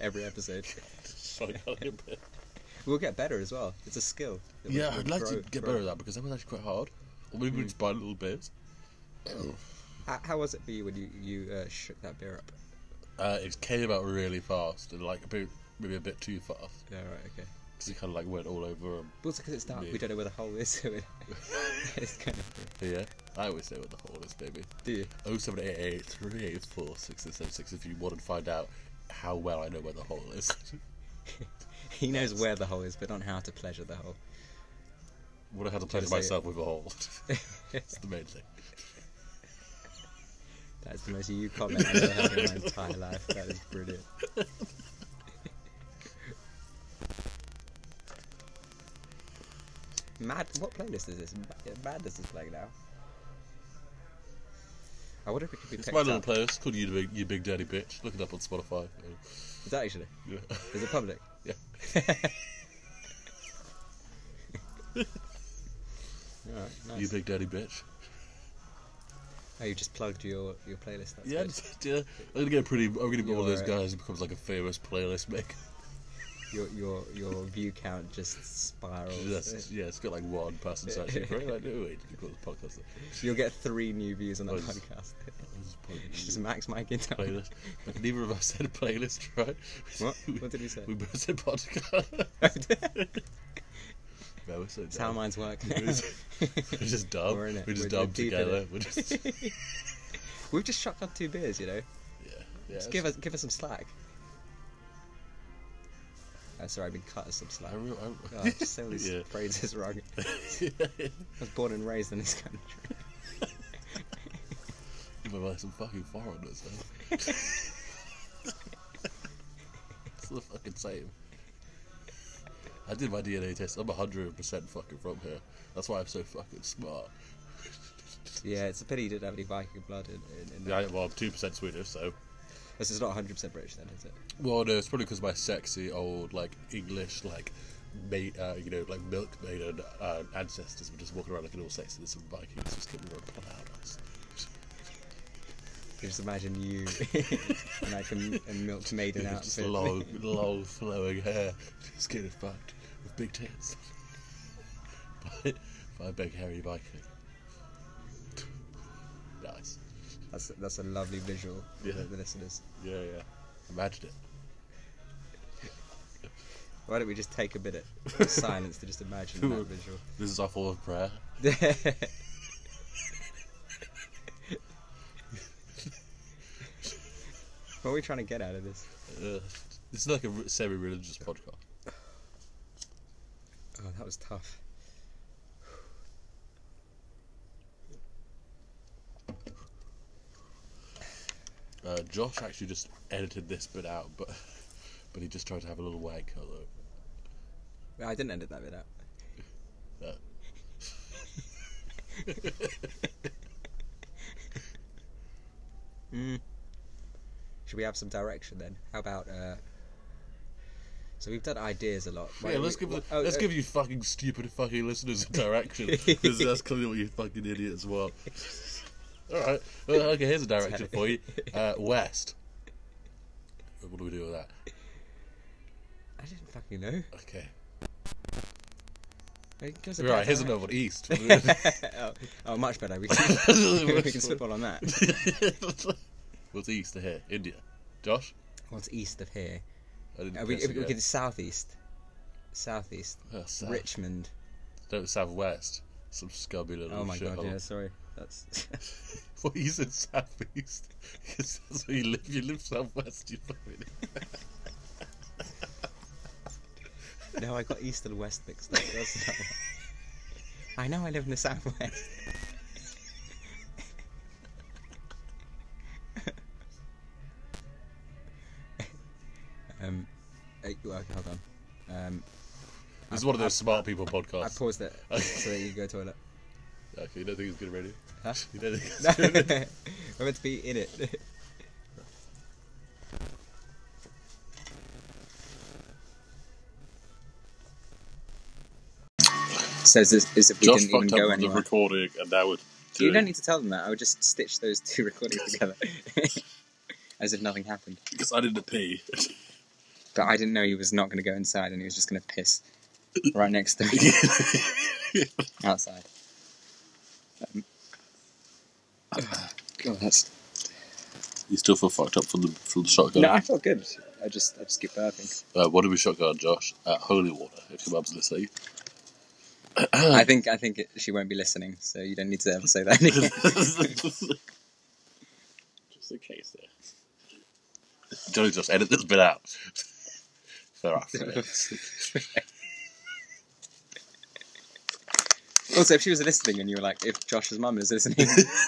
S2: every episode.
S1: Just farting out a bit.
S2: We'll get better as well. It's a skill. that we-
S1: Yeah,
S2: we'll
S1: I'd like
S2: grow-
S1: to get
S2: grow.
S1: better at that because that was actually quite hard. Or maybe we just buy little bits.
S2: How, how was it for you when you you uh, shook that beer up?
S1: Uh, it came out really fast, and like about maybe a bit too far
S2: Yeah, right, okay.
S1: because it kind of like went all over um, him.
S2: But also because it's dark,
S1: Yeah.
S2: we don't know where the hole is, so it, it's kind of.
S1: Yeah, I always say what the hole is, baby.
S2: Do you?
S1: 07888 384 6676 if you want to find out how well I know where the hole is.
S2: He knows where the hole is, but not how to pleasure the hole.
S1: what I had to play
S2: Just say it.
S1: myself with a hole. That's the main thing.
S2: That's the most you comment I've ever had in my entire life. That is brilliant. Mad. What playlist is this? Mad- Madness is playing now. I wonder if it could be
S1: It's
S2: picked
S1: my little
S2: up.
S1: playlist called you, the big, you Big Daddy Bitch. Look it up on Spotify.
S2: is that actually?
S1: Yeah.
S2: Is it public?
S1: Yeah.
S2: Alright, nice.
S1: You Big Daddy Bitch.
S2: oh, you just plugged your, your playlist. That's
S1: Yeah,
S2: good.
S1: yeah. I'm gonna get pretty. I'm gonna be one of
S2: You're,
S1: those
S2: uh,
S1: guys who becomes like a famous playlist maker.
S2: Your, your, your view count just spirals.
S1: That's- yeah, it's got like one person searching for it. Like, no, wait, we've got this podcast.
S2: You'll get three new views on the
S1: Oh, it's-
S2: podcast.
S1: This is probably
S2: It's just Max my guitar.
S1: playlist. Like, neither of us said playlist, right?
S2: What? What did we say?
S1: We both said podcast. no, we said
S2: That's how
S1: no.
S2: mine's work.
S1: We're just- we're just dumb.
S2: We're
S1: We're,
S2: in it.
S1: just
S2: We're
S1: dumb
S2: deep in it.
S1: together. We're just yeah,
S2: We've just shotgun two beers, you know.
S1: yeah,
S2: Just give us give us some slack. Oh, sorry, I've been cut us some slack.
S1: I re- I re-
S2: God, I just say all these
S1: Oh, Yeah.
S2: phrases wrong. I was born and raised in this country.
S1: Give my some fucking foreigners. Man. it's the fucking same. I did my DNA test. I'm hundred percent fucking from here. That's why I'm so fucking smart.
S2: Yeah, it's a pity you didn't have any Viking blood in, in, in that.
S1: Yeah, I- well, I'm two percent Swedish, so.
S2: This is not 100% British then, is it?
S1: Well, no, it's probably because my sexy old like English like. Mate, uh, you know, like milkmaid and uh, ancestors were just walking around like an all sexy and some Vikings just coming around pulling out us.
S2: You just imagine you in like a, m- a milked maiden
S1: Yeah, just
S2: outfit.
S1: long, long, flowing hair, just getting fucked with big tits by, by a big hairy Viking. Nice.
S2: That's, that's a lovely visual
S1: Yeah.
S2: for the listeners.
S1: Yeah, yeah. Imagine it.
S2: Why don't we just take a minute of silence to just imagine that visual?
S1: This is our form of prayer.
S2: what are we trying to get out of this?
S1: Uh, this is like a semi religious podcast.
S2: Oh, that was tough.
S1: Uh, Josh actually just edited this bit out, but but he just tried to have a little wank. Although,
S2: Well, I didn't edit that bit out.
S1: No.
S2: mm. Should we have some direction then? How about uh so we've done ideas a lot. Why
S1: yeah,
S2: don't
S1: let's
S2: we-
S1: give the,
S2: oh,
S1: let's
S2: uh,
S1: give you fucking stupid fucking listeners a direction because that's clearly what you fucking idiots want. All right, well, okay. Here's a direction for you. Uh, west. What do we do with that?
S2: oh, I didn't fucking know.
S1: Okay.
S2: It gives a
S1: Right.
S2: bad
S1: Here's
S2: direct-
S1: another one. East. What do we do?
S2: oh, oh, much better. We can, we can spitball on that.
S1: What's east of here? India. Josh.
S2: What's east of here?
S1: I didn't
S2: Uh, we,
S1: guess
S2: we, we
S1: yet.
S2: could southeast, southeast,
S1: Oh, south.
S2: Richmond.
S1: No, southwest. Some scubby little.
S2: Oh my god,
S1: shithole.
S2: yeah, sorry. That's
S1: Well, you said southeast because that's where you live. You live southwest. You fucking.
S2: no, I got east and west mixed up. That's not right. I know I live in the southwest. um, uh, well, hold on. Um,
S1: This is one of those smart people podcasts.
S2: I paused it so that you go toilet.
S1: Okay, you don't think it's good radio?
S2: Huh?
S1: You don't think it's
S2: No,
S1: good radio?
S2: we're meant to be in it. Says is, is if we
S1: Josh
S2: didn't even
S1: fucked
S2: go
S1: up the
S2: anywhere.
S1: recording, and that would.
S2: You don't need to tell them that. I would just stitch those two recordings together, as if nothing happened.
S1: because I didn't pee.
S2: But I didn't know he was not going to go inside, and he was just going to piss right next to me outside. Um, God, that's
S1: you still feel fucked up from the from the shotgun.
S2: No, I felt good. I just I just keep burping.
S1: Uh, what do we shotgun, Josh? At holy water, if your mum's listening.
S2: I think I think it, she won't be listening, so you don't need to ever say that again.
S1: Just in case there. Johnny Josh, edit this bit out. Fair enough.
S2: also, if she was listening and you were like, if Josh's mum is listening,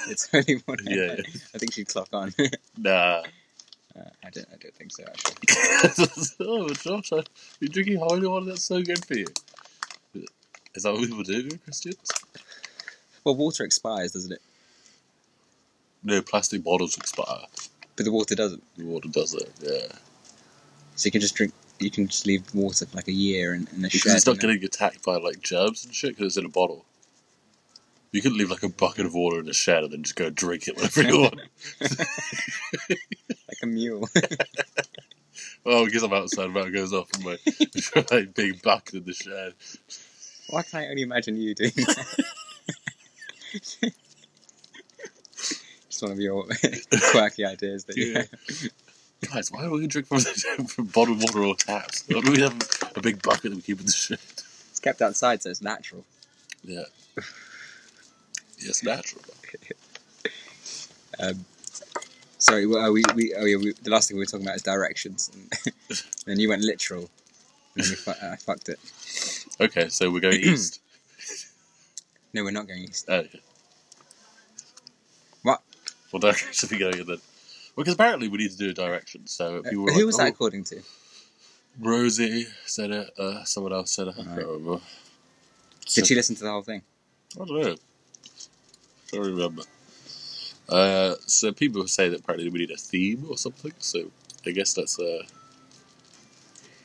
S2: it's only one.
S1: Yeah, yeah.
S2: I think she'd clock on.
S1: Nah.
S2: Uh, I don't I don't think so actually.
S1: oh, Josh, I- you're drinking holy water, that's so good for you. Is that what people do, Christians?
S2: Well, water expires, doesn't it?
S1: No, plastic bottles expire.
S2: But the water doesn't.
S1: The water does it, yeah.
S2: So you can just drink. You can just leave water for like a year in, in a
S1: Because
S2: shed.
S1: it's not
S2: and then-
S1: getting attacked by like germs and shit because it's in a bottle. You could leave like a bucket of water in a shed and then just go drink it whenever you want.
S2: like a mule.
S1: Oh, because I'm outside, that goes off and my like big bucket in the shed.
S2: Why can I only imagine you doing that? Just one of your quirky ideas that you
S1: Yeah.
S2: have.
S1: Guys, why don't we drink from, the, from bottled water or taps? Why do we have a big bucket that we keep in the shed?
S2: It's kept outside, so it's natural.
S1: Yeah. Yes, natural.
S2: Um, Sorry, well, we, we, oh yeah, we, the last thing we were talking about is directions. And then you went literal. And we fu- I fucked it.
S1: Okay, so we're going east.
S2: No, we're not going east.
S1: Uh, okay.
S2: What?
S1: What direction are we going in then? Because apparently we need to do a direction. So
S2: Uh,
S1: people
S2: who
S1: were like,
S2: was
S1: "Oh,
S2: that according to?
S1: Rosie said it. Uh, someone else said it. I
S2: Right.
S1: can't remember.
S2: Did she listen to the whole thing?
S1: I don't know. Don't remember. Uh, so people say that apparently we need a theme or something. So I guess let's uh,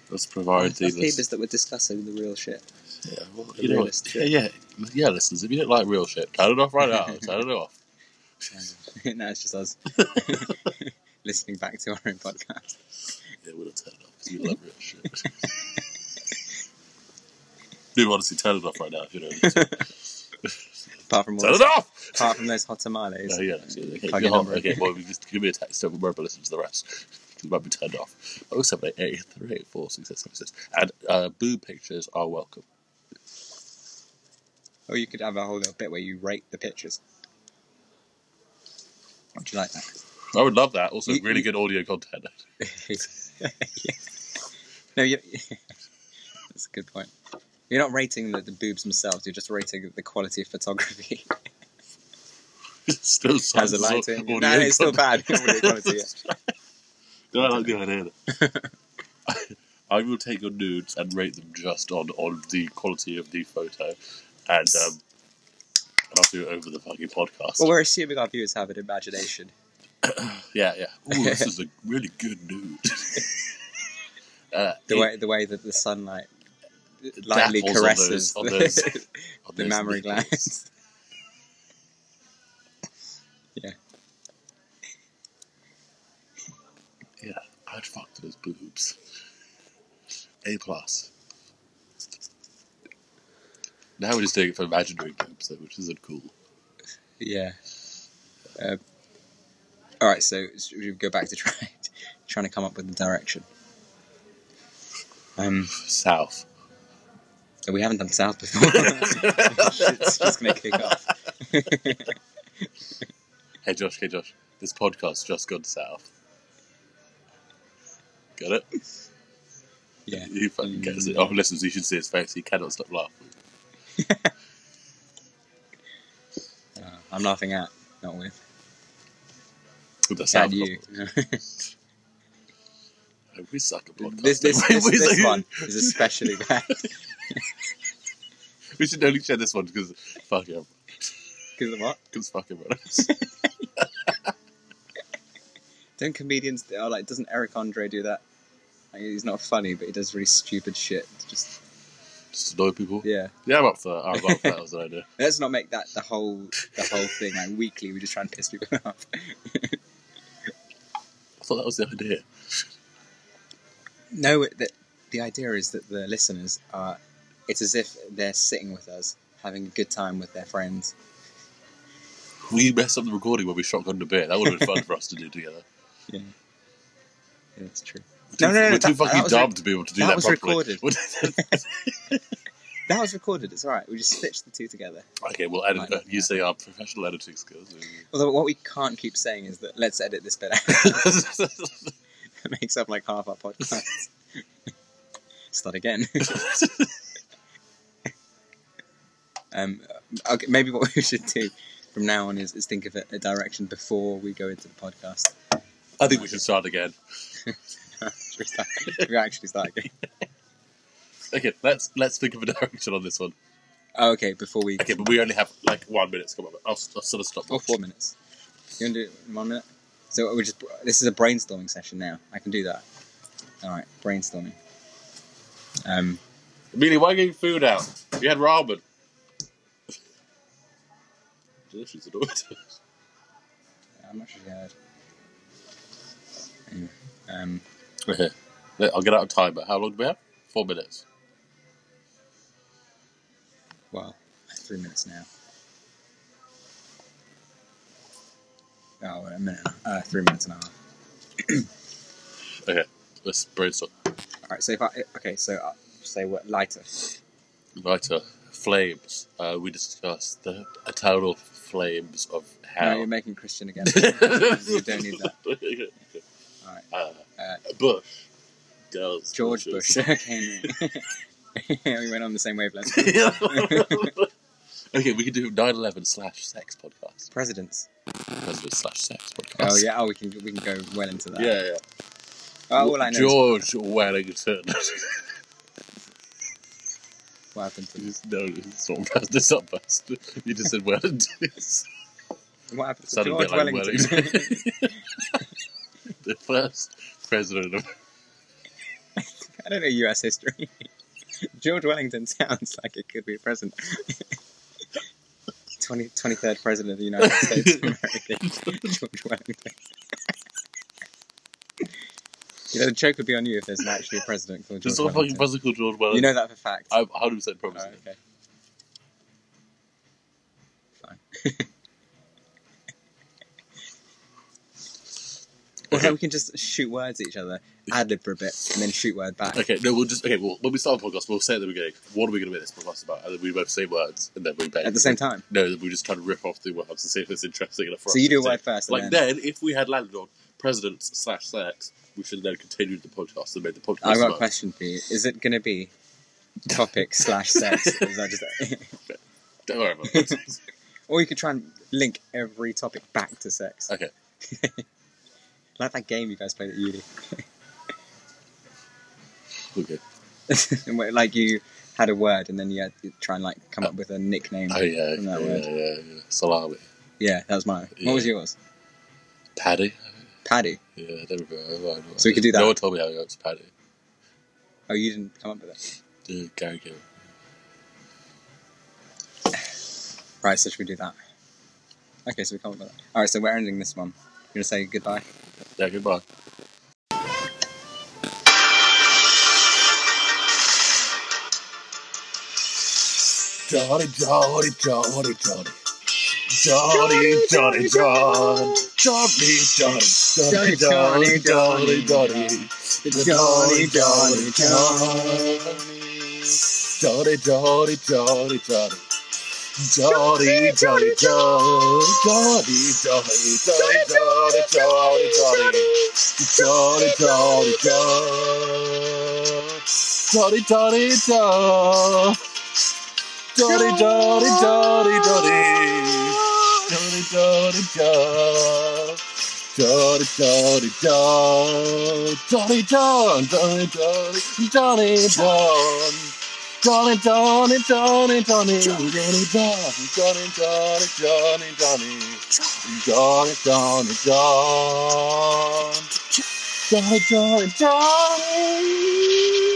S1: let's provide the
S2: the
S1: list.
S2: papers that were discussing the real shit.
S1: yeah, well,
S2: the
S1: you know,
S2: realist
S1: yeah, yeah, yeah. Listeners, if you don't like real shit, turn it off right now. turn it off.
S2: now it's just us listening back to our own podcast.
S1: Yeah, we don't turn it off because we love real shit. Dude, honestly, turn it off right now if you don't. want to.
S2: Apart from all
S1: Turn
S2: those,
S1: it off.
S2: apart from those hot tamales.
S1: Oh, yeah, absolutely. Okay,
S2: Plug
S1: you're
S2: in
S1: hot.
S2: number.
S1: okay well, we just give me a text over wherever I listen to the rest. It might be turned off. Oh, seven, eight, eight, three, eight, four, six, seven, six. And uh, boo pictures are welcome.
S2: Or you could have a whole little bit where you rate the pictures. Would you like
S1: I would love that. Also,
S2: You-
S1: really
S2: you-
S1: good audio content.
S2: that? No, you. That's a good point. You're not rating the, the boobs themselves. You're just rating the quality of photography
S1: still
S2: as
S1: sounds
S2: a lighting.
S1: audio
S2: No, no, it's still
S1: content.
S2: bad. Audio quality, yeah.
S1: No, I like the idea. though. I will take your nudes and rate them just on, on the quality of the photo, and um, and I'll do it over the fucking podcast.
S2: Well, we're assuming our viewers have an imagination.
S1: yeah, yeah. Ooh, this is a really good nude. uh,
S2: The
S1: it-
S2: way the way that the sunlight lightly
S1: Dapples on
S2: caresses
S1: those- on those-
S2: the,
S1: on
S2: the
S1: those nipples.
S2: mammary glands. yeah.
S1: Yeah, I'd fuck those boobs. A plus. Now we're just doing it for imaginary boobs, though, which isn't cool.
S2: Yeah. Uh, all right, so should we go back to trying trying to come up with the direction. Um,
S1: South.
S2: so we haven't done south before. it's just gonna kick off.
S1: Hey Josh, hey Josh. This podcast just gone south. Got it?
S2: Yeah.
S1: He fucking gets it. Oh, listeners, you should see his face. He cannot stop laughing.
S2: Uh, I'm laughing at, not with.
S1: With the
S2: At
S1: sound
S2: you.
S1: of- We suck at podcasting.
S2: this this,
S1: We-
S2: this,
S1: we
S2: this
S1: suck-
S2: one is especially bad
S1: We should only share this one because fuck him.
S2: because of what?
S1: Because fuck him.
S2: Don't comedians oh, like? Doesn't Eric Andre do that? Like, he's not funny, but he does really stupid shit. It's just
S1: Just annoy people.
S2: yeah.
S1: Yeah, I'm up for that. I'm up for that. That was an idea.
S2: Let's not make that the whole the whole thing like weekly. We just try and piss people off.
S1: I thought that was the idea.
S2: No, it- the, the idea is that the listeners are. It's as if they're sitting with us, having a good time with their friends.
S1: We messed up the recording when we shotgunned a beer. That would have been fun for us to do together.
S2: Yeah, yeah that's true. No, no, no,
S1: We're
S2: that-
S1: too
S2: that
S1: fucking
S2: was
S1: dumb
S2: rec-
S1: to be able to do
S2: that
S1: that,
S2: was
S1: properly.
S2: recorded. That was recorded. It's all right. We just stitched the two together.
S1: okay, well, edit,
S2: Fine,
S1: uh, you say our professional editing skills.
S2: Although what we can't keep saying is that let's edit this bit out. it makes up like half our podcast. Start again. um, okay, maybe what we should do from now on is, is think of a, a direction before we go into the podcast.
S1: I think we should start again.
S2: Should we, start, should we actually start again?
S1: Okay, let's let's think of a direction on this one.
S2: Oh, okay, before we.
S1: Okay, but we only have like one minute to come up. with. I'll, I'll sort of stop.
S2: Or four minutes. You want to do it in one minute? So we just. This is a brainstorming session now. I can do that. All right, brainstorming. Um,
S1: Amelia, why gave you food out? You had ramen. She's annoyed.
S2: I'm not sure if I heard. Anyway, Um,
S1: Okay, Look, I'll get out of timer. How long do we have? Four minutes.
S2: well, three minutes now. Oh, wait, a minute. Uh, three minutes and a half.
S1: Okay, let's brainstorm.
S2: All right. So if I okay, so uh, say what lighter.
S1: Lighter, uh, flames. Uh, we discussed the eternal flames of
S2: No,
S1: hell.
S2: you're making Christian again.
S1: you
S2: you don't need that. All right.
S1: Uh,
S2: Uh,
S1: Bush. Girls.
S2: George Bush.
S1: bushes.
S2: okay. no. we went on the same wavelength.
S1: okay, we could do 9 11 slash sex podcast.
S2: Presidents.
S1: President slash sex podcast.
S2: Oh yeah. Oh, we can we can go well into that.
S1: Yeah, yeah.
S2: Oh, all I know is
S1: George Wellington.
S2: what happened to
S1: no, it's not best. It's not best. You just said Wellington. Sounded
S2: what happened to
S1: a
S2: George
S1: bit like
S2: Wellington.
S1: Wellington. the first president of.
S2: I don't know US history. George Wellington sounds like it could be a president. 20, 23rd president of the United States of America, George Wellington. you know, the joke would be on you if there's not actually a president called George
S1: There's not a fucking
S2: Wellington.
S1: president called George Wellington.
S2: You know that for fact.
S1: I'm 100%
S2: Oh,
S1: promising.
S2: okay. Fine. Or how we can just shoot words at each other, ad lib for a bit, and then shoot word back.
S1: Okay, no, we'll just okay. Well, when we start the podcast, we'll say at the beginning, "What are we going to make this podcast about?" And then we both say words, and then we
S2: At the same time.
S1: No, we just try to rip off the words and see if it's interesting enough. For us
S2: So you
S1: to
S2: do a
S1: take.
S2: word first, and
S1: Like then, if we had landed on presidents slash sex, we should then continued the podcast and made the podcast.
S2: I've got a
S1: about-
S2: question for you. Is it going to be topic slash sex? Or is that just-
S1: Don't worry about it.
S2: or you could try and link every topic back to sex.
S1: okay,
S2: Like that game you guys played at uni.
S1: okay.
S2: And where, like you had a word and then you had to try and like come up with a nickname.
S1: Oh yeah,
S2: from
S1: yeah,
S2: that
S1: yeah,
S2: word.
S1: yeah, yeah. Salami,
S2: Yeah, that was mine. What was
S1: Yeah.
S2: yours?
S1: patty.
S2: Paddy.
S1: Yeah, there we go. I know.
S2: So we could do that.
S1: No one told me how it goes. Patty,
S2: Oh, you didn't come up with it.
S1: yeah, Gary Gill.
S2: Right, so should we do that? Okay, so we come up with that. All right, so we're ending this one. You're going to say goodbye?
S1: Yeah, goodbye. Johnny, Johnny, Johnny, Johnny. Johnny, Johnny, John. Johnny, Johnny, Johnny, Johnny, Johnny, Johnny. Johnny, Johnny, John. Johnny, Johnny, Johnny, Johnny. Johnny, Johnny, John. Johnny, Johnny, Johnny, Johnny, Johnny, Johnny. Johnny, Johnny, John. Johnny, Johnny, John. Johnny, Johnny, Johnny, Johnny. Johnny, Johnny, John. Johnny, Johnny, John. Johnny, John, Johnny, Johnny, Johnny, John. Johnny, Johnny, Johnny, Johnny, Johnny, John, Johnny, Johnny, Johnny, Johnny, Johnny, Johnny, John, Johnny, Johnny, Johnny.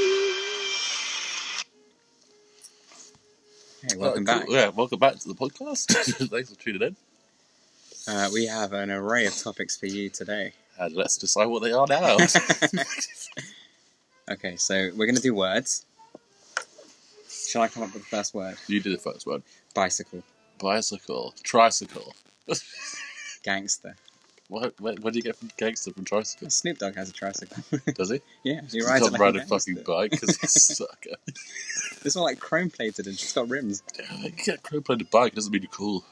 S2: Hey, welcome
S1: Uh,
S2: back.
S1: cool. Yeah, welcome back to the podcast. Thanks for tuning in.
S2: Uh, we have an array of topics for you today.
S1: And let's decide what they are now.
S2: Okay, so we're gonna do words. Shall I come up with the first word?
S1: you do the first one.
S2: Bicycle,
S1: Bicycle. Tricycle.
S2: gangster,
S1: What, where, where do you get from gangster from tricycle?
S2: Snoop Dogg has a tricycle.
S1: Does he?
S2: yeah, he
S1: He
S2: rides
S1: doesn't
S2: it like
S1: ride
S2: a
S1: a fucking
S2: gangster.
S1: bike because he's a sucker.
S2: It's all like chrome plated and just got rims.
S1: You get crow playing a bike doesn't mean you're cool.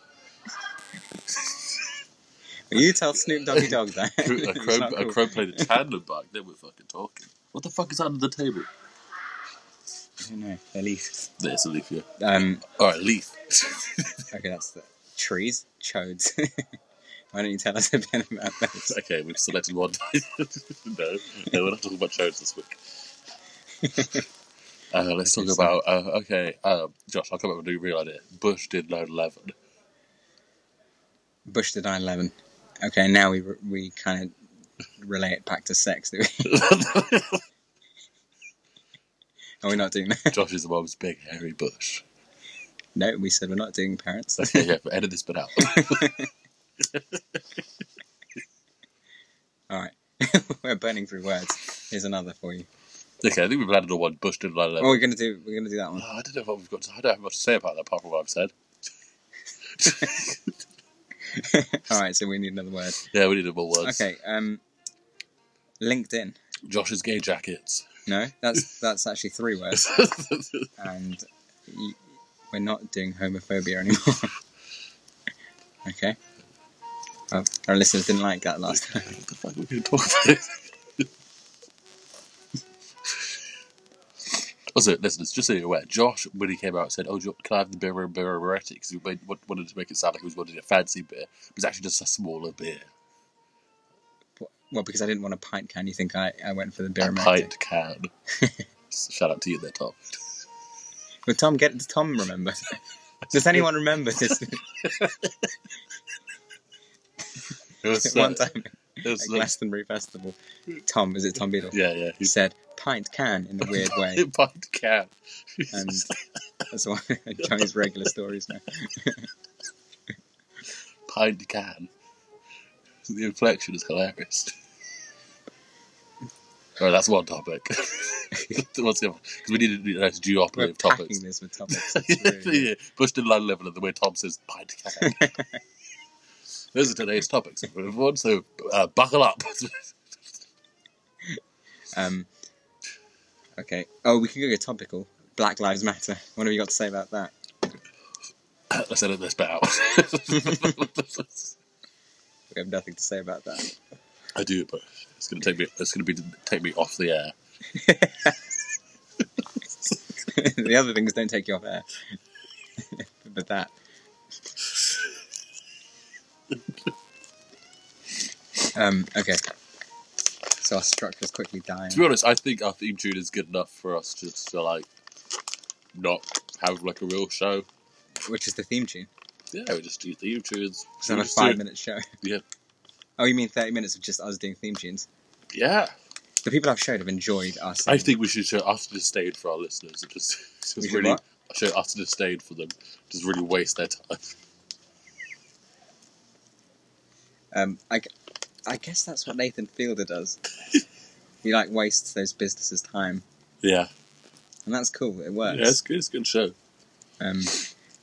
S2: You tell Snoop Doggy Dogg that.
S1: A crow,
S2: It's not
S1: a
S2: cool.
S1: crow played a tandem bike. Then we're fucking talking. What the fuck is under the table?
S2: I don't know. They're leaves.
S1: There's a leaf here.
S2: Um,
S1: All right, leaf.
S2: okay, that's the trees, chodes. Why don't you tell us a bit about those?
S1: okay, we've selected one. no, no, we're not talking about shows this week. Uh, let's
S2: Okay,
S1: talk
S2: so-
S1: about uh, okay, um, Josh. I'll come up with a new real idea. Bush did 9/11.
S2: Bush to 9 11. Okay, now we we kind of relate it back to sex, do we? Are we not doing that?
S1: Josh's mum's big hairy bush.
S2: No, we said we're not doing parents.
S1: Okay, yeah, but edit this bit out.
S2: All right. we're burning through words. Here's another for you.
S1: okay, I think we've landed on one. Bush did 9/11.
S2: Oh, we're gonna do we're gonna do that one.
S1: No, I don't know what we've got. To, I don't have much to say about that apart from what I've said.
S2: All right, so we need another word.
S1: Yeah, we need more words.
S2: Okay, um, LinkedIn.
S1: Josh's gay jackets.
S2: No, that's that's actually three words, and y- we're not doing homophobia anymore. okay. Well, our listeners didn't like that last time.
S1: what the fuck are we going to talk about? also, listeners, just so you're aware, Josh, when he came out, said, Oh, do you, can I have the beer and beer Beretta? Because he made, wa- wanted to make it sound like he was wanting a fancy beer. It was actually just a smaller beer.
S2: Well, because I didn't want a pint can, you think I, I went for the beer
S1: A
S2: romantic.
S1: pint can. Shout out to you there, Tom.
S2: Well, Tom, get Tom. Remember? Does anyone remember this
S1: It was,
S2: one
S1: uh,
S2: time
S1: it was,
S2: at
S1: uh,
S2: Glastonbury Festival? Tom, is it Tom Beadle?
S1: yeah, yeah.
S2: He
S1: He's
S2: said pint can in a weird way.
S1: a pint can.
S2: and that's why Johnny's regular stories now.
S1: pint can. The inflection is hilarious. Alright, that's one topic. What's the other? Because we need a nice
S2: We're
S1: duopoly of
S2: packing
S1: topics.
S2: this with topics. It's really-
S1: yeah, pushed in line level of the way Tom says pint can. Those are today's topics, everyone, so uh, buckle up.
S2: um, okay. Oh, we can go topical. Black Lives Matter. What have you got to say about that?
S1: Let's edit this bit out.
S2: We have nothing to say about that.
S1: I do, but it's gonna take me it's gonna be take me off the air.
S2: the other things don't take you off air. but that. um, okay. So our structure's quickly dying.
S1: To be honest, I think our theme tune is good enough for us just to like not have like a real show.
S2: Which is the theme tune.
S1: Yeah, we just do theme tunes.
S2: It's
S1: We
S2: on a
S1: just do it-
S2: five minute show.
S1: Yeah,
S2: Oh, you mean 30 minutes of just us doing theme tunes?
S1: yeah.
S2: The people I've showed have enjoyed us.
S1: I think we should show utter disdain for our listeners. and Just,
S2: We
S1: just
S2: should
S1: really
S2: what?
S1: show utter disdain for them. Just really waste their time.
S2: Um, I, gu- I guess that's what Nathan Fielder does. he like wastes those businesses' time,
S1: Yeah,
S2: and that's cool. It works.
S1: yeah. It's good. It's a good show.
S2: Um,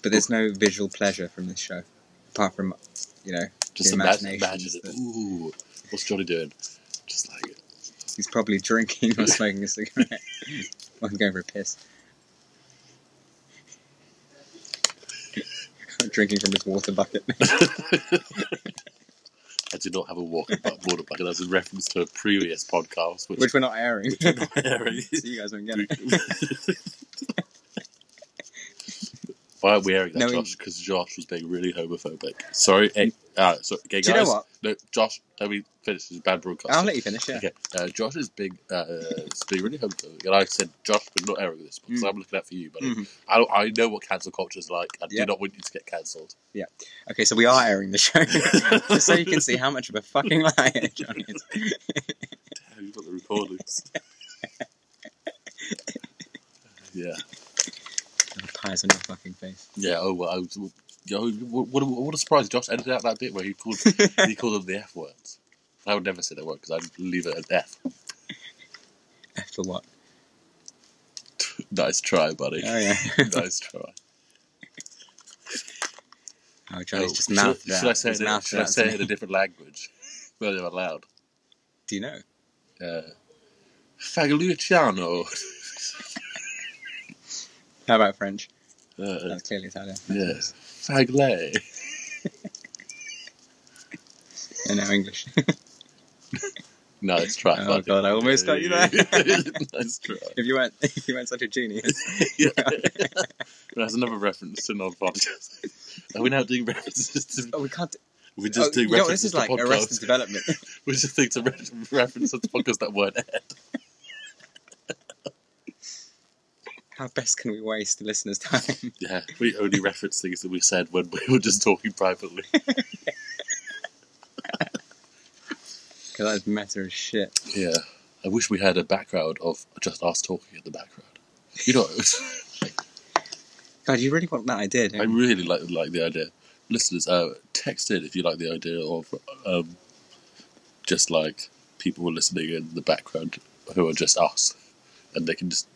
S2: but there's no visual pleasure from this show, apart from, you know,
S1: Just
S2: the
S1: imagine,
S2: imagination.
S1: imagine it. Ooh, what's Johnny doing? Just like
S2: He's probably drinking or smoking a cigarette. or going for a piss. Or drinking from his water bucket.
S1: I do not have a walk about border bucket. That's a reference to a previous podcast, which,
S2: Which we're not airing. so you guys won't get it.
S1: Why are we airing that,
S2: No, Mm.
S1: Josh? Because Josh was being really homophobic. Sorry, eh, uh, sorry, okay, guys.
S2: Do you know what?
S1: No, Josh, let me finish. This is bad broadcast.
S2: I'll let you finish, yeah.
S1: Okay, uh, Josh is being, uh, uh, is being really homophobic, and I said, Josh, we're not airing this because
S2: Mm.
S1: I'm looking out for you, buddy.
S2: Mhm.
S1: I, I know what cancel culture is like. I
S2: Yeah.
S1: do not want you to get cancelled.
S2: Okay, so we are airing the show. Just so you can see how much of a fucking liar John is.
S1: Damn, you've got the recordings. yeah.
S2: Pies on your fucking face.
S1: Yeah. Oh well. I was, yo, what, what, what a surprise! Josh edited out that bit where he called he called them the F words. I would never say that word because I'd leave it at F.
S2: After what?
S1: Nice try, buddy.
S2: Oh, yeah.
S1: nice try.
S2: Oh, Johnny's
S1: Oh,
S2: just
S1: should-
S2: mouthed
S1: should,
S2: it out.
S1: I say
S2: He's
S1: it? in-
S2: mouthed
S1: Should I
S2: out to
S1: say it
S2: me.
S1: in a different language? Well, they're allowed.
S2: Do you know?
S1: Uh, Fagluciano.
S2: How about French?
S1: Uh,
S2: That's clearly Italian.
S1: yeah. Faglay.
S2: I know English.
S1: Nice try.
S2: Oh,
S1: buddy.
S2: God, I almost got you there.
S1: nice try.
S2: if you weren't, if you weren't such a genius.
S1: Yeah. That's another reference to another podcast. Are we now doing references to?
S2: Oh, we can't. Do,
S1: We're just
S2: oh,
S1: doing
S2: you know, what,
S1: references
S2: this is
S1: to
S2: like
S1: podcasts.
S2: Arrested Development.
S1: We're just doing some re- references to podcasts that weren't aired.
S2: How best can we waste listeners' time?
S1: Yeah, we only reference things that we said when we were just talking privately.
S2: Because that's meta as shit.
S1: Yeah, I wish we had a background of just us talking in the background. You know,
S2: God, you really want that idea, don't
S1: I
S2: you?
S1: really like like the idea. Listeners, uh, text in if you like the idea of um, just like people listening in the background who are just us, and they can just.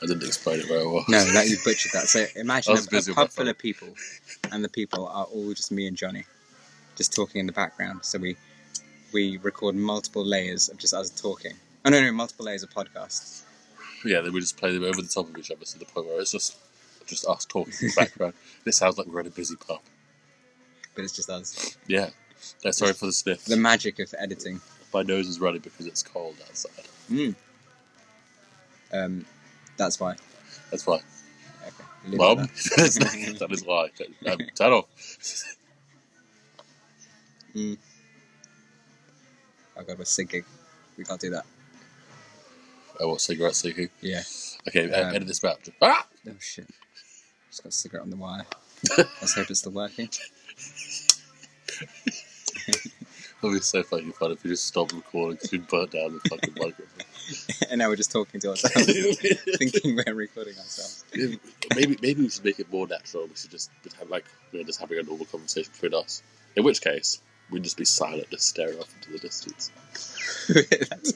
S1: I didn't explain it very well.
S2: No, that you butchered that. So imagine
S1: I
S2: a,
S1: was busy
S2: a
S1: with my
S2: pub full
S1: phone.
S2: of people, and the people are all just me and Johnny, just talking in the background. So we we record multiple layers of just us talking. Oh no, no, multiple layers of podcasts.
S1: Yeah, then we just play them over the top of each other to the point where it's just just us talking in the background. this sounds like we're in a busy pub.
S2: But it's just us.
S1: Yeah. Uh, sorry for the sniff.
S2: The magic of editing.
S1: My nose is running because it's cold outside.
S2: Mm. Um, that's why.
S1: That's why.
S2: Okay. leave it at
S1: Mum,
S2: that.
S1: that is why. Um, turn off.
S2: Oh god, we're sinking. We can't do that.
S1: I want cigarettes, so who?
S2: Yeah.
S1: Okay, um,
S2: Um,
S1: edit this back. Ah!
S2: Oh shit. Just got a cigarette on the wire. Let's hope it's still working.
S1: It would be so fucking fun if you just stopped recording because we'd burn down the fucking microphone.
S2: and now we're just talking to ourselves, thinking we're recording ourselves.
S1: maybe maybe we should make it more natural. We should just have like we're just having a normal conversation between us. In which case, we'd just be silent, just staring off into the distance.
S2: that's,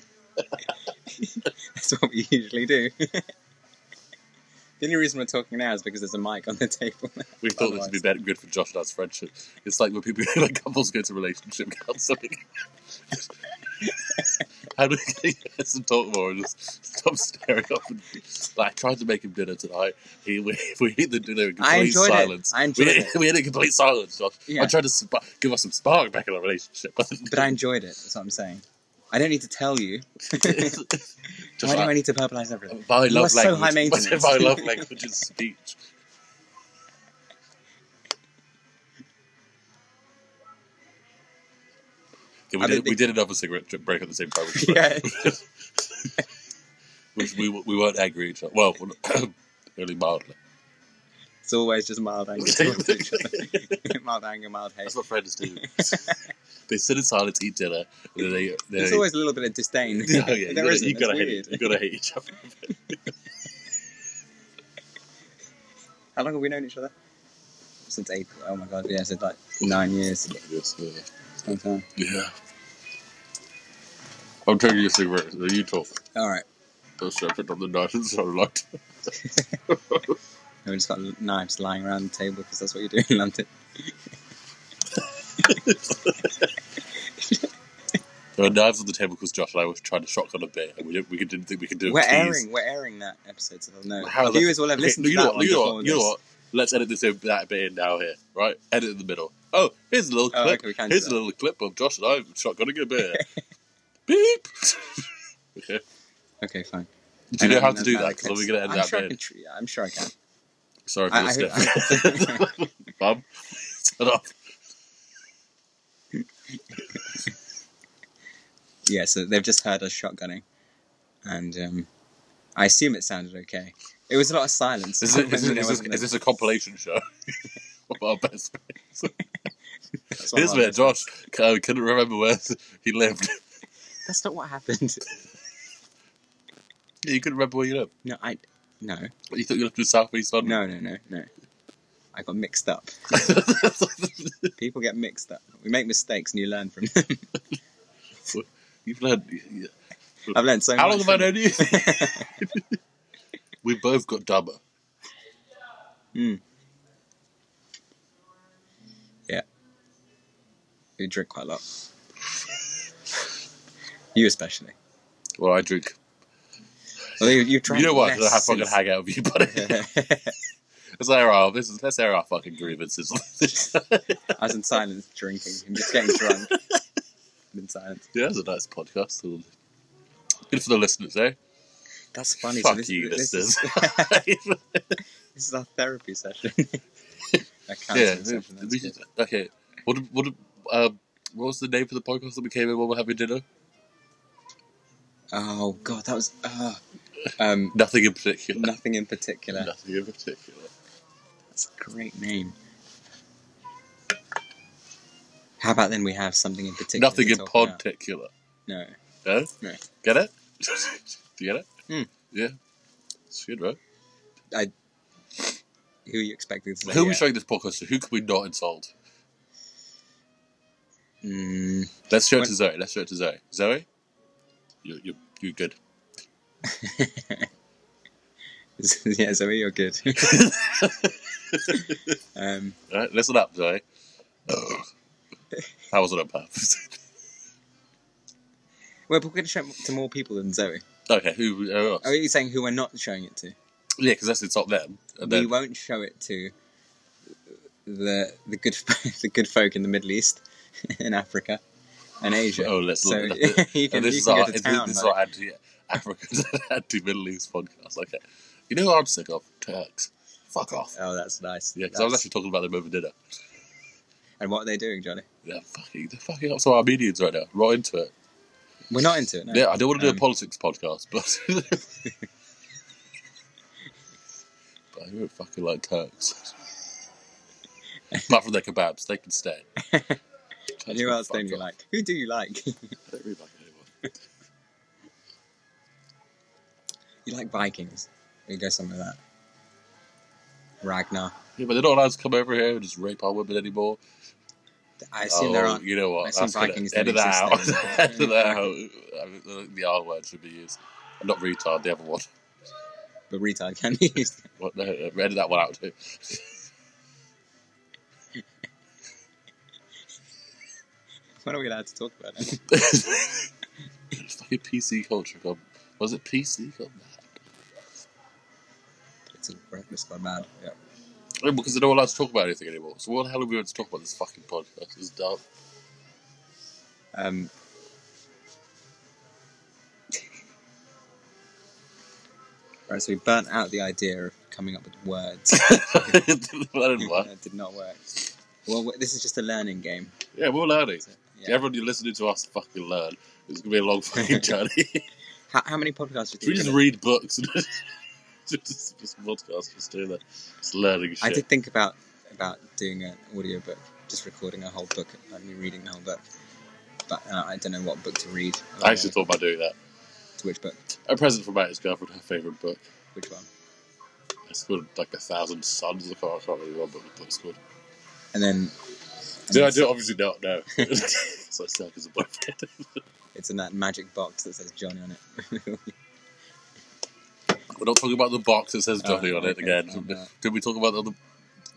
S2: that's what we usually do. the only reason we're talking now is because there's a mic on the table.
S1: We thought this would be
S2: Otherwise-
S1: better good for Josh and us friendship. It's like when people like couples go to relationship counselling. How do we get some talk more and just stop staring up? And, like, I tried to make him dinner tonight. He we, we ate the dinner in
S2: I
S1: complete
S2: enjoyed it.
S1: silence.
S2: I enjoyed
S1: we,
S2: it.
S1: We ate it in complete silence, Josh.
S2: Yeah.
S1: I tried to spa- give us some spark back in our relationship.
S2: But I enjoyed it, that's what I'm saying. I don't need to tell you.
S1: Josh,
S2: Why do
S1: I-
S2: I need to purplise everything?
S1: my
S2: You are
S1: love
S2: so
S1: language.
S2: high maintenance.
S1: my love language is speech. Yeah, we,
S2: I
S1: did,
S2: mean,
S1: we
S2: the-
S1: did another cigarette dr- break at the same time, which, was-
S2: yeah.
S1: which we we weren't angry at each other. Well, only mildly.
S2: It's always just mild anger. towards each other. mild anger, mild hate.
S1: That's what friends do. they sit in silence, eat dinner, and then they. they
S2: There's always a little bit of disdain.
S1: Oh, yeah, you
S2: there
S1: gotta,
S2: isn't,
S1: you
S2: it's
S1: gotta
S2: weird.
S1: hate. You gotta hate each other.
S2: How long have we known each other? Since April. Oh my god, yeah, since like nine years.
S1: Yes, yeah.
S2: It's a long time.
S1: Yeah. I'm taking a cigarette. so You talk.
S2: All right.
S1: I'll strap it on the night and so locked.
S2: And we just got knives lying around the table because that's what you do in London.
S1: There were knives on the table because Josh and I were trying to shotgun a bit, and we didn't, we didn't think we could do a
S2: we're
S1: tease.
S2: airing, we're airing that episode, so they'll know.
S1: How
S2: Our
S1: the-
S2: viewers will have
S1: Okay,
S2: listened
S1: no,
S2: to
S1: you
S2: that
S1: know what,
S2: one
S1: you know
S2: before
S1: what, you know
S2: this.
S1: what? Let's edit this in, that bit in now here, right? Edit in the middle. Oh, here's a little
S2: Oh,
S1: clip.
S2: okay, we can do
S1: here's a
S2: that.
S1: little clip of Josh and I shotgunning a beer. Beep. okay.
S2: Okay, fine.
S1: Do you know
S2: And
S1: how
S2: then
S1: to do
S2: that's
S1: that? Because
S2: clips.
S1: we're gonna edit
S2: I'm
S1: that
S2: sure I
S1: bit. in.
S2: can tr- I'm sure I can.
S1: Sorry for
S2: I-
S1: the
S2: I
S1: step. Mum, shut up.
S2: Yeah, so they've just heard us shotgunning. And um, I assume it sounded okay. It was a lot of silence.
S1: Is,
S2: I
S1: it, is,
S2: mean,
S1: it,
S2: there
S1: is, this,
S2: wasn't
S1: is this a compilation show? of our best mates.
S2: that's
S1: Here's
S2: what
S1: where
S2: happened.
S1: Josh uh, couldn't remember where he lived.
S2: That's not what happened.
S1: you couldn't remember where you lived.
S2: No, I. No.
S1: You thought you lived in Southeast London.
S2: No, no, no, no. I got mixed up. People get mixed up. We make mistakes and you learn from them.
S1: You've learned.
S2: I've learned so
S1: How
S2: much.
S1: long have I
S2: from
S1: known you? we both got dumber.
S2: it. We drink quite a lot. You especially.
S1: Well, I drink.
S2: Well, you, you drank
S1: you know what? 'Cause I
S2: less
S1: have fucking
S2: since-
S1: hang out with you, buddy. let's air our this is, let's air our fucking grievances.
S2: I was in silence drinking. I'm just getting drunk. I'm in silence.
S1: yeah, that's a nice podcast. Good for the listeners, eh?
S2: That's funny.
S1: Fuck
S2: so this,
S1: you,
S2: this
S1: listeners.
S2: is, this is our therapy session. a
S1: yeah.
S2: counseling session.
S1: we
S2: that's
S1: should- okay. What? What? Um, what was the name for the podcast that we came in when we were having dinner?
S2: good. Oh god, that was uh, um
S1: Nothing in particular.
S2: nothing in particular.
S1: Nothing in particular.
S2: That's a great name. How about then we have something in particular?
S1: Nothing
S2: to
S1: in
S2: talk about?
S1: particular.
S2: No.
S1: No?
S2: No.
S1: Get it? Do you get it?
S2: Mm.
S1: Yeah. It's good, right?
S2: Who are you expecting to say?
S1: who are
S2: yeah?
S1: we showing this podcast to? Who can we not insult?
S2: Mm,
S1: Let's show it
S2: When-
S1: to Zoe. Let's show it to Zoe. Zoe? You're, you're, you're good.
S2: yeah, Zoe, you're good. um,
S1: All right? Listen up, Zoe. that wasn't on purpose.
S2: well, but we're going to show it to more people than Zoe.
S1: okay, who, who else?
S2: Oh, you're saying who we're not showing it to?
S1: yeah, because let's insult them. And
S2: we
S1: then,
S2: won't show it to the the good the good folk in the Middle East, in Africa, and Asia.
S1: oh, let's
S2: so
S1: look
S2: you can,
S1: and this
S2: you
S1: is
S2: can
S1: our,
S2: go to
S1: this
S2: town.
S1: is
S2: though.
S1: our anti African, anti Middle East podcast. Okay. You know who I'm sick of? Turks. Fuck off.
S2: Oh, that's nice.
S1: Yeah, because I was
S2: That's-
S1: actually talking about them over dinner.
S2: And what are they doing, Johnny?
S1: They're fucking, they're fucking up some Armenians right now. Right into it.
S2: We're not into it. No.
S1: Yeah, I don't want to do
S2: Um,
S1: a politics podcast, but. but I don't fucking like Turks. Apart from their kebabs, they can stay.
S2: And who else don't you
S1: Fuck
S2: like? Who do you like?
S1: off. I don't really like anyone.
S2: you like Vikings? You go somewhere like that. Ragnar.
S1: Yeah, but they're not allowed to come over here and just rape our women anymore. Oh,
S2: I assume there aren't.
S1: You know what?
S2: I assume
S1: That's gonna-
S2: Vikings
S1: Edit
S2: don't
S1: that out.
S2: exist
S1: Edit that out.
S2: anymore.
S1: I mean, the R word should be used. Not retard, the other one.
S2: But retard can be used.
S1: What, no, edit that one out too.
S2: What are we allowed to talk about? now?
S1: it's fucking PC culture. gone. Was it PC? gone mad?
S2: it's a breakfast club mad. Yeah.
S1: Yeah, because they're not allowed to talk about anything anymore. So what the hell are we going to talk about this fucking podcast? It's dumb.
S2: Um, right, so we burnt out the idea of coming up with words.
S1: that didn't work.
S2: That did not work. Well, w- this is just a learning game.
S1: Yeah, we're learning.
S2: Yeah.
S1: Everyone you're listening to us fucking learn. It's going to be a long fucking journey. Should
S2: How, how many podcasts did
S1: we
S2: you
S1: just
S2: do?
S1: read books and just, just, just podcast, just do that. Just learning shit.
S2: I did think about about doing an audiobook, just recording a whole book, like me reading the whole book. But uh, I don't know what book to read.
S1: I actually thought about doing that.
S2: To which book?
S1: A present from my ex-girlfriend, her favourite book.
S2: Which one?
S1: It's called like A Thousand Suns. I can't, I can't remember what the book's called.
S2: And then.
S1: Did I do it? Obviously not, no. so I suck as a boyfriend.
S2: It's in that magic box that says Johnny on it.
S1: We're not talking about the box that says Johnny
S2: Oh,
S1: on it
S2: okay,
S1: again.
S2: I'm not.
S1: Did we talk about the other?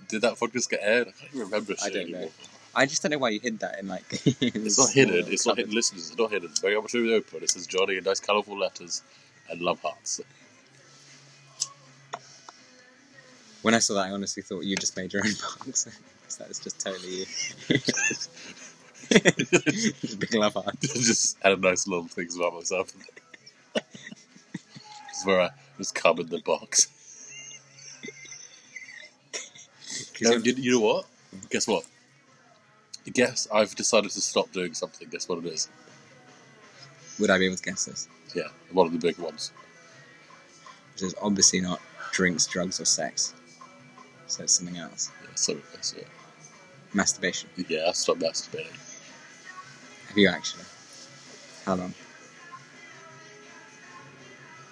S1: Did that podcast get aired? I can't even remember.
S2: I
S1: shit
S2: don't
S1: anymore.
S2: know. I just don't know why you hid that in like.
S1: It's not hidden. It's not hidden. Listeners, it's not hidden. It's very opportunely open. It says Johnny in nice, colourful letters and love hearts.
S2: When I saw that, I honestly thought you just made your own box. So that is just totally you. just big love heart.
S1: just added nice little things about myself. it's where I just come in the box. Um, you, you know what? Guess what? Guess I've decided to stop doing something. Guess what it is?
S2: Would I be able to guess this?
S1: Yeah, one of the big ones.
S2: Which is obviously not drinks, drugs, or sex. So it's something else.
S1: Yeah, so that's it.
S2: Masturbation.
S1: Yeah, I stopped masturbating.
S2: Have you actually? How long?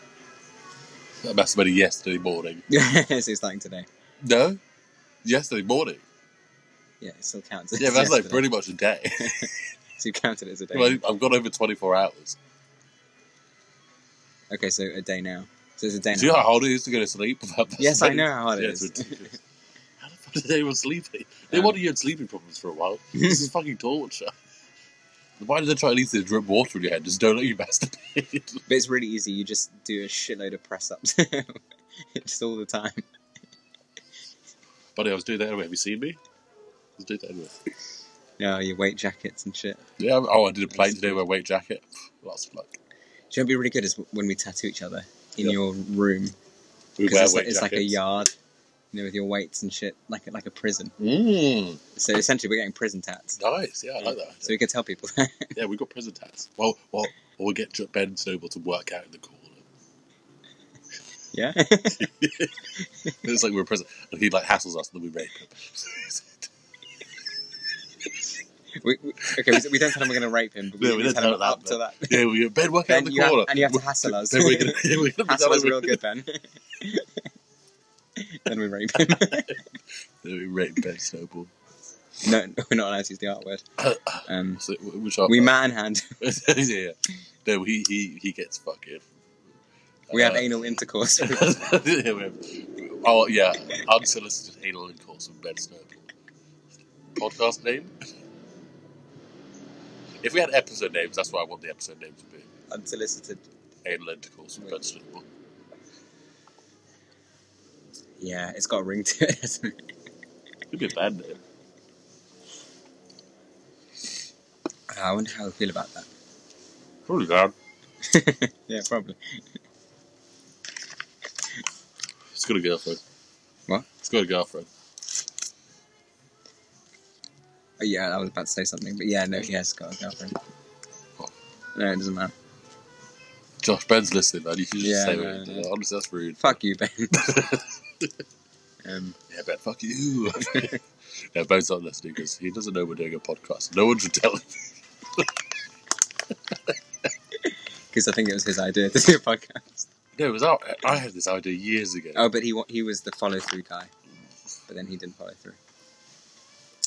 S1: I masturbated yesterday morning.
S2: so it's starting today.
S1: No, yesterday morning.
S2: Yeah, it still counts.
S1: Yeah,
S2: It's
S1: that's like
S2: yesterday.
S1: pretty much a day.
S2: So you counted it as a day.
S1: Well, I've gone over 24 hours.
S2: Okay, so a day now. So it's a day
S1: Do you know
S2: now.
S1: how hard it is to go to sleep? without
S2: Yes, I
S1: masturbating?
S2: know how hard
S1: Yeah,
S2: it
S1: it's
S2: is.
S1: ridiculous. How the fuck did anyone sleep? They
S2: Um,
S1: wanted you had sleeping problems for a while. This is fucking torture. Why did they try to at least drip water in your head? Just don't let you masturbate.
S2: But it's really easy. You just do a shitload of press ups just all the time.
S1: Buddy, I was doing that anyway. Have you seen me? I was doing that anyway.
S2: Yeah, your weight jackets and shit.
S1: Yeah, oh, I did a plane today with a weight jacket. Lots of luck.
S2: Do you know what'd be really good is when we tattoo each other in
S1: Yeah.
S2: your room
S1: We
S2: because
S1: wear
S2: it's, like,
S1: weight
S2: it's like a
S1: jackets.
S2: yard, you know, with your weights and shit, like like a prison.
S1: Mmm,
S2: So essentially, we're getting prison tats,
S1: nice. Yeah, I like that.
S2: so we can tell people that.
S1: Yeah, we got prison tats. Well, well, or we'll get Ben Snowball to work out in the corner.
S2: yeah,
S1: It's like we're in prison, and he like hassles us, and then we rape him.
S2: we, we- okay. We, we don't tell them we're gonna rape him, but we,
S1: Yeah, we
S2: we
S1: don't
S2: tell them
S1: tell
S2: up
S1: them
S2: to that.
S1: yeah, we Ben work out
S2: Ben,
S1: in the
S2: you have-
S1: corner,
S2: and you have to hassle us.
S1: Then we're gonna, then we're gonna be
S2: Hassle us
S1: done
S2: real
S1: with-
S2: good, Ben. then we rape him.
S1: Then we rape Ben Snowball.
S2: no, we're not allowed to use the art word. Um,
S1: So, which are
S2: we manhand.
S1: yeah, yeah. No, he he he gets fucking.
S2: We have
S1: Uh,
S2: anal intercourse.
S1: yeah, we have- oh yeah, unsolicited anal intercourse with Ben Snowball. Podcast name. If we had episode names, that's what I want the episode name to be.
S2: unsolicited.
S1: Anal intercourse with Ben Snowball.
S2: Yeah, it's got a ring to it, hasn't it?
S1: Could be a bad name.
S2: Ah, I wonder how I feel about that.
S1: Probably bad.
S2: Yeah, probably.
S1: It's got a girlfriend.
S2: What?
S1: It's got a girlfriend.
S2: Oh, yeah, I was about to say something, but yeah, no, he has got a girlfriend. No, it doesn't matter.
S1: Josh, Ben's listening, man. You should just
S2: Yeah,
S1: say
S2: no,
S1: it.
S2: no.
S1: Honestly, that's rude.
S2: Fuck you, Ben. um,
S1: Yeah, Ben, fuck you. yeah, Ben's not listening because he doesn't know we're doing a podcast. No one should tell him.
S2: because I think it was his idea to do a podcast.
S1: No, it was out. I had this idea years ago.
S2: Oh, but he wa- he was the follow through guy, but then he didn't follow through.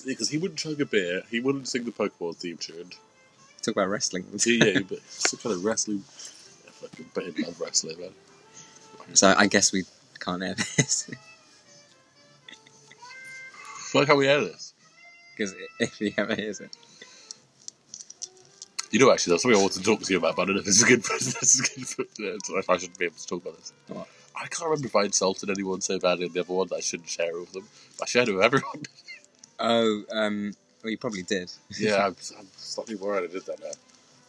S1: Because he wouldn't chug a beer, he wouldn't sing the Pokemon theme tune.
S2: Talk about wrestling.
S1: He, yeah, but it's a kind of wrestling. Yeah, fucking Ben, love wrestling, man.
S2: So I guess we can't air this
S1: Like how we air this.
S2: because if he ever hears it,
S1: You know, actually, there's something I want to talk to you about, but I don't know if this is good. For, this is good for, yeah, so I shouldn't be able to talk about this.
S2: What?
S1: I can't remember if I insulted anyone so badly on the other one that I shouldn't share it with them. I shared it with everyone.
S2: oh, um, well, you probably did.
S1: yeah, I'm, I'm slightly worried I did that now.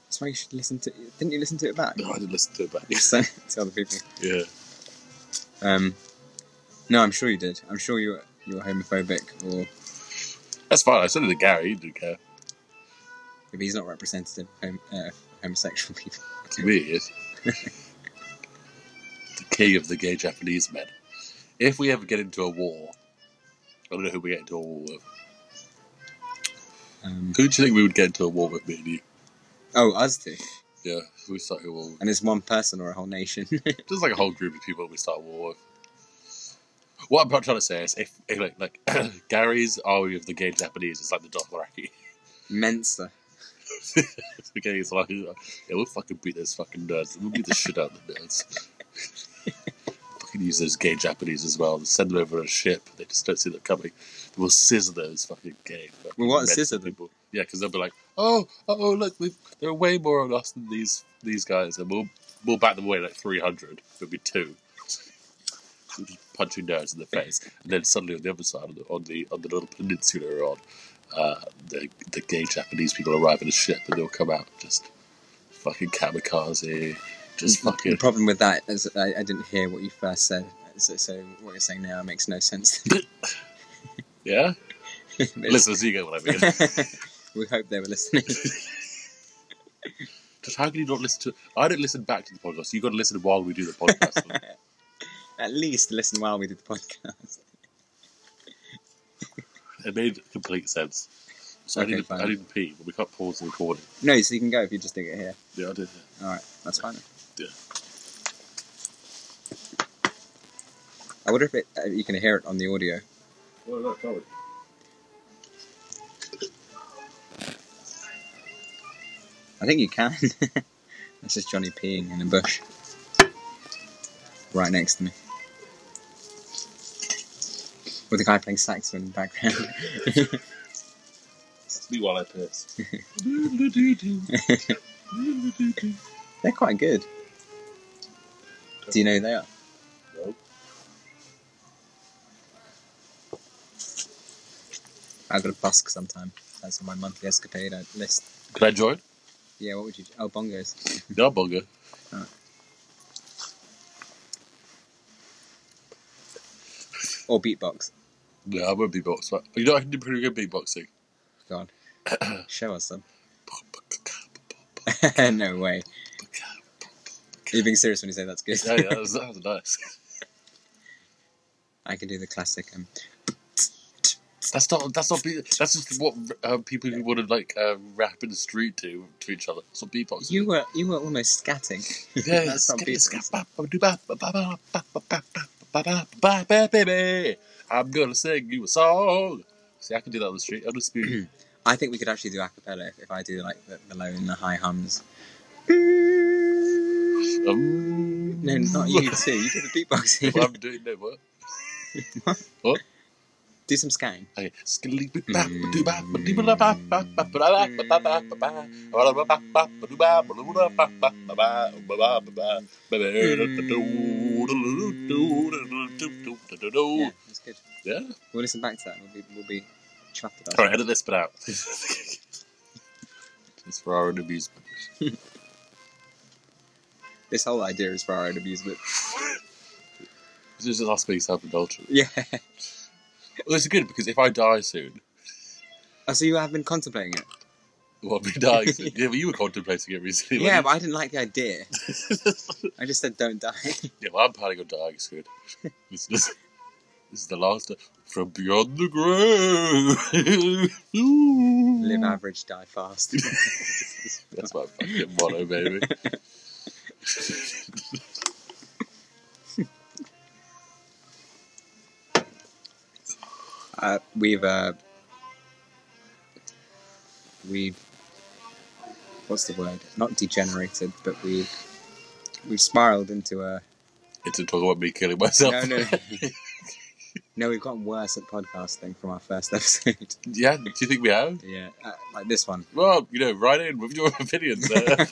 S2: That's why you should listen to. Didn't you listen to it back?
S1: No, I didn't listen to it back.
S2: So, to other people.
S1: Yeah.
S2: Um, no, I'm sure you did. I'm sure you were, you were homophobic, or
S1: That's fine. I said it to Gary. He didn't care.
S2: if he's not representative of hom- uh, homosexual people.
S1: To me, it is. the king of the gay Japanese men. If we ever get into a war, I don't know who we get into a war with.
S2: Um,
S1: Who do you think we would get into a war with, me and you?
S2: oh, us too.
S1: Yeah, if we start a war with.
S2: And it's one person or a whole nation.
S1: Just like a whole group of people we start a war with. What I'm trying to say is, if, if like, like Gary's army of the gay Japanese is like the Dothraki.
S2: Mensa.
S1: the gays are like, yeah, we'll fucking beat those fucking nerds. We'll beat the shit out of the nerds. fucking use those gay Japanese as well. Send them over on a ship. They just don't see them coming. We'll scissor those fucking gay. Fucking
S2: We won't
S1: mental
S2: scissor them.
S1: people. Yeah, because they'll be like, oh, oh, look, we've, there are way more on us than these these guys, and we'll we'll back them away like three hundred. It'll be two. We'll just Punching nerds in the face, and then suddenly on the other side, on the on the, on the little peninsula we're on, uh, the, the gay Japanese people arrive in a ship and they'll come out just fucking kamikaze, just
S2: The
S1: fucking.
S2: problem with that is I, I didn't hear what you first said. So, so what you're saying now makes no sense.
S1: Yeah? Listen, so you get what I mean.
S2: we hope they were listening.
S1: just how can you not listen to. I don't listen back to the podcast. You've got to listen while we do the podcast.
S2: At least listen while we did the podcast.
S1: it made complete sense. So I,
S2: Okay,
S1: need to,
S2: fine.
S1: I need to pee, but we can't pause the recording.
S2: No, so you can go if you just dig it here.
S1: Yeah, I did.
S2: All right, that's fine.
S1: Yeah.
S2: I wonder if it, uh, you can hear it on the audio.
S1: Well, no, can't we?
S2: I think you can. That's just Johnny peeing in a bush, right next to me, with a guy playing saxophone in the background.
S1: softly while I piss. Doo-doo-doo-doo. Doo-doo-doo-doo.
S2: They're quite good. Do you know who they are?
S1: No.
S2: I've got to busk sometime. That's my monthly escapade I list.
S1: Can I join?
S2: Yeah, what would you? Oh, bongos.
S1: Yeah, Bongo.
S2: or beatbox.
S1: Yeah, I won't beatbox. But you know, I can do pretty good beatboxing.
S2: God, show us some. no way. Are you being serious when you say that's good?
S1: yeah, yeah, that was, that was nice.
S2: I can do the classic. Um,
S1: That's not. That's not. Be- that's just what um, people who want to like uh, rap in the street do to each other. It's not beatboxing.
S2: you were you were almost scatting.
S1: Yeah,
S2: that's not
S1: skip- skip-
S2: beatbox.
S1: bop, bop, do bop, bop, bop, bop, bop, bop, bop, bop, bop, bop, bop, baby. I'm gonna sing you a song. See, I can do that on the street. I'm just being-
S2: I think we could actually do a cappella if, if I do like the, the low and the high hums.
S1: um,
S2: No, not you too. You do the
S1: Well,
S2: beatboxing.
S1: I'm doing no work.
S2: do some scatting.
S1: Okay.
S2: Yeah,
S1: Yeah.
S2: that's good. We'll listen back to that. We'll be we'll be chuffed about
S1: All right,
S2: it.
S1: edit this bit out. it's for our own amusement.
S2: This whole idea is for our own amusement.
S1: This is us being self-indulgent.
S2: Yeah.
S1: Well, this is good because if I die soon,
S2: Oh, so you have been contemplating it?
S1: well, I'll be dying soon. yeah, but you were contemplating it recently.
S2: yeah,
S1: weren't
S2: but I didn't like the idea. I just said don't die.
S1: you? yeah, well, I'm planning on dying soon. This is, this is the last uh, from beyond the grave.
S2: Live average, die fast.
S1: That's my fucking motto, baby.
S2: Uh, we've uh, we've what's the word? Not degenerated, but we've we've spiraled into a
S1: It's a talk about me killing myself.
S2: no, no, no. We've gotten worse at podcasting from our first episode.
S1: yeah, do you think we have?
S2: yeah, uh, like this one.
S1: Well, you know, write in with your opinions. Uh,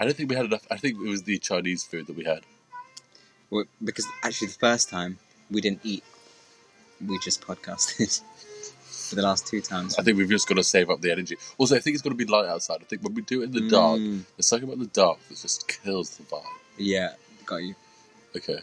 S1: I don't think we had enough. I think it was the Chinese food that we had.
S2: Well, because actually, the first time we didn't eat, we just podcasted. For the last two times,
S1: I think we've just got to save up the energy. Also, I think it's going to be light outside. I think when we do it in the dark,
S2: Mm,
S1: there's something about the dark that just kills the vibe.
S2: yeah, got you.
S1: Okay.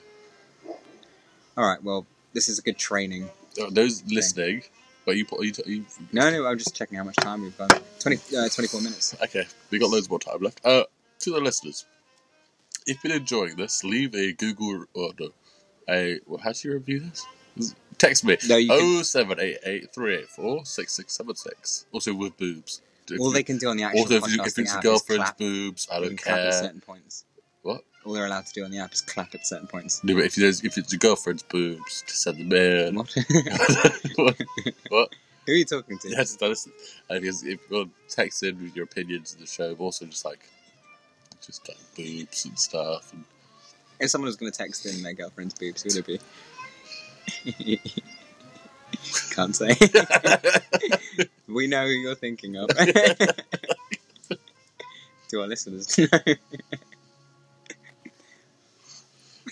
S2: All right, well, this is a good training.
S1: Uh, Those listening, but you, put- are you, are you,
S2: No, no, I'm just checking how much time we've got. 20, uh, 24 minutes.
S1: okay, we got loads more time left. Uh, to the listeners, if you've been enjoying this, leave a Google or no, a well, how do you review this? Text me
S2: No, you can,
S1: oh seven eight eight three eight four six six seven six. Also with boobs. If
S2: all
S1: you-
S2: they can do on the actual
S1: also if, you,
S2: podcasting
S1: if it's a
S2: app is
S1: girlfriend's
S2: clap.
S1: boobs, I
S2: They
S1: don't
S2: can clap at
S1: care.
S2: certain points.
S1: What?
S2: All they're allowed to do on the app is clap at certain points.
S1: No, but if there's if it's your girlfriend's boobs, just send them in.
S2: What? Who are you talking to?
S1: Yes, that is. And if if you're text in with your opinions of the show, but also just like, just like boobs and stuff. And,
S2: If someone was going to text in their girlfriend's boobs, who would it be? Can't say. we know who you're thinking of. do our listeners know?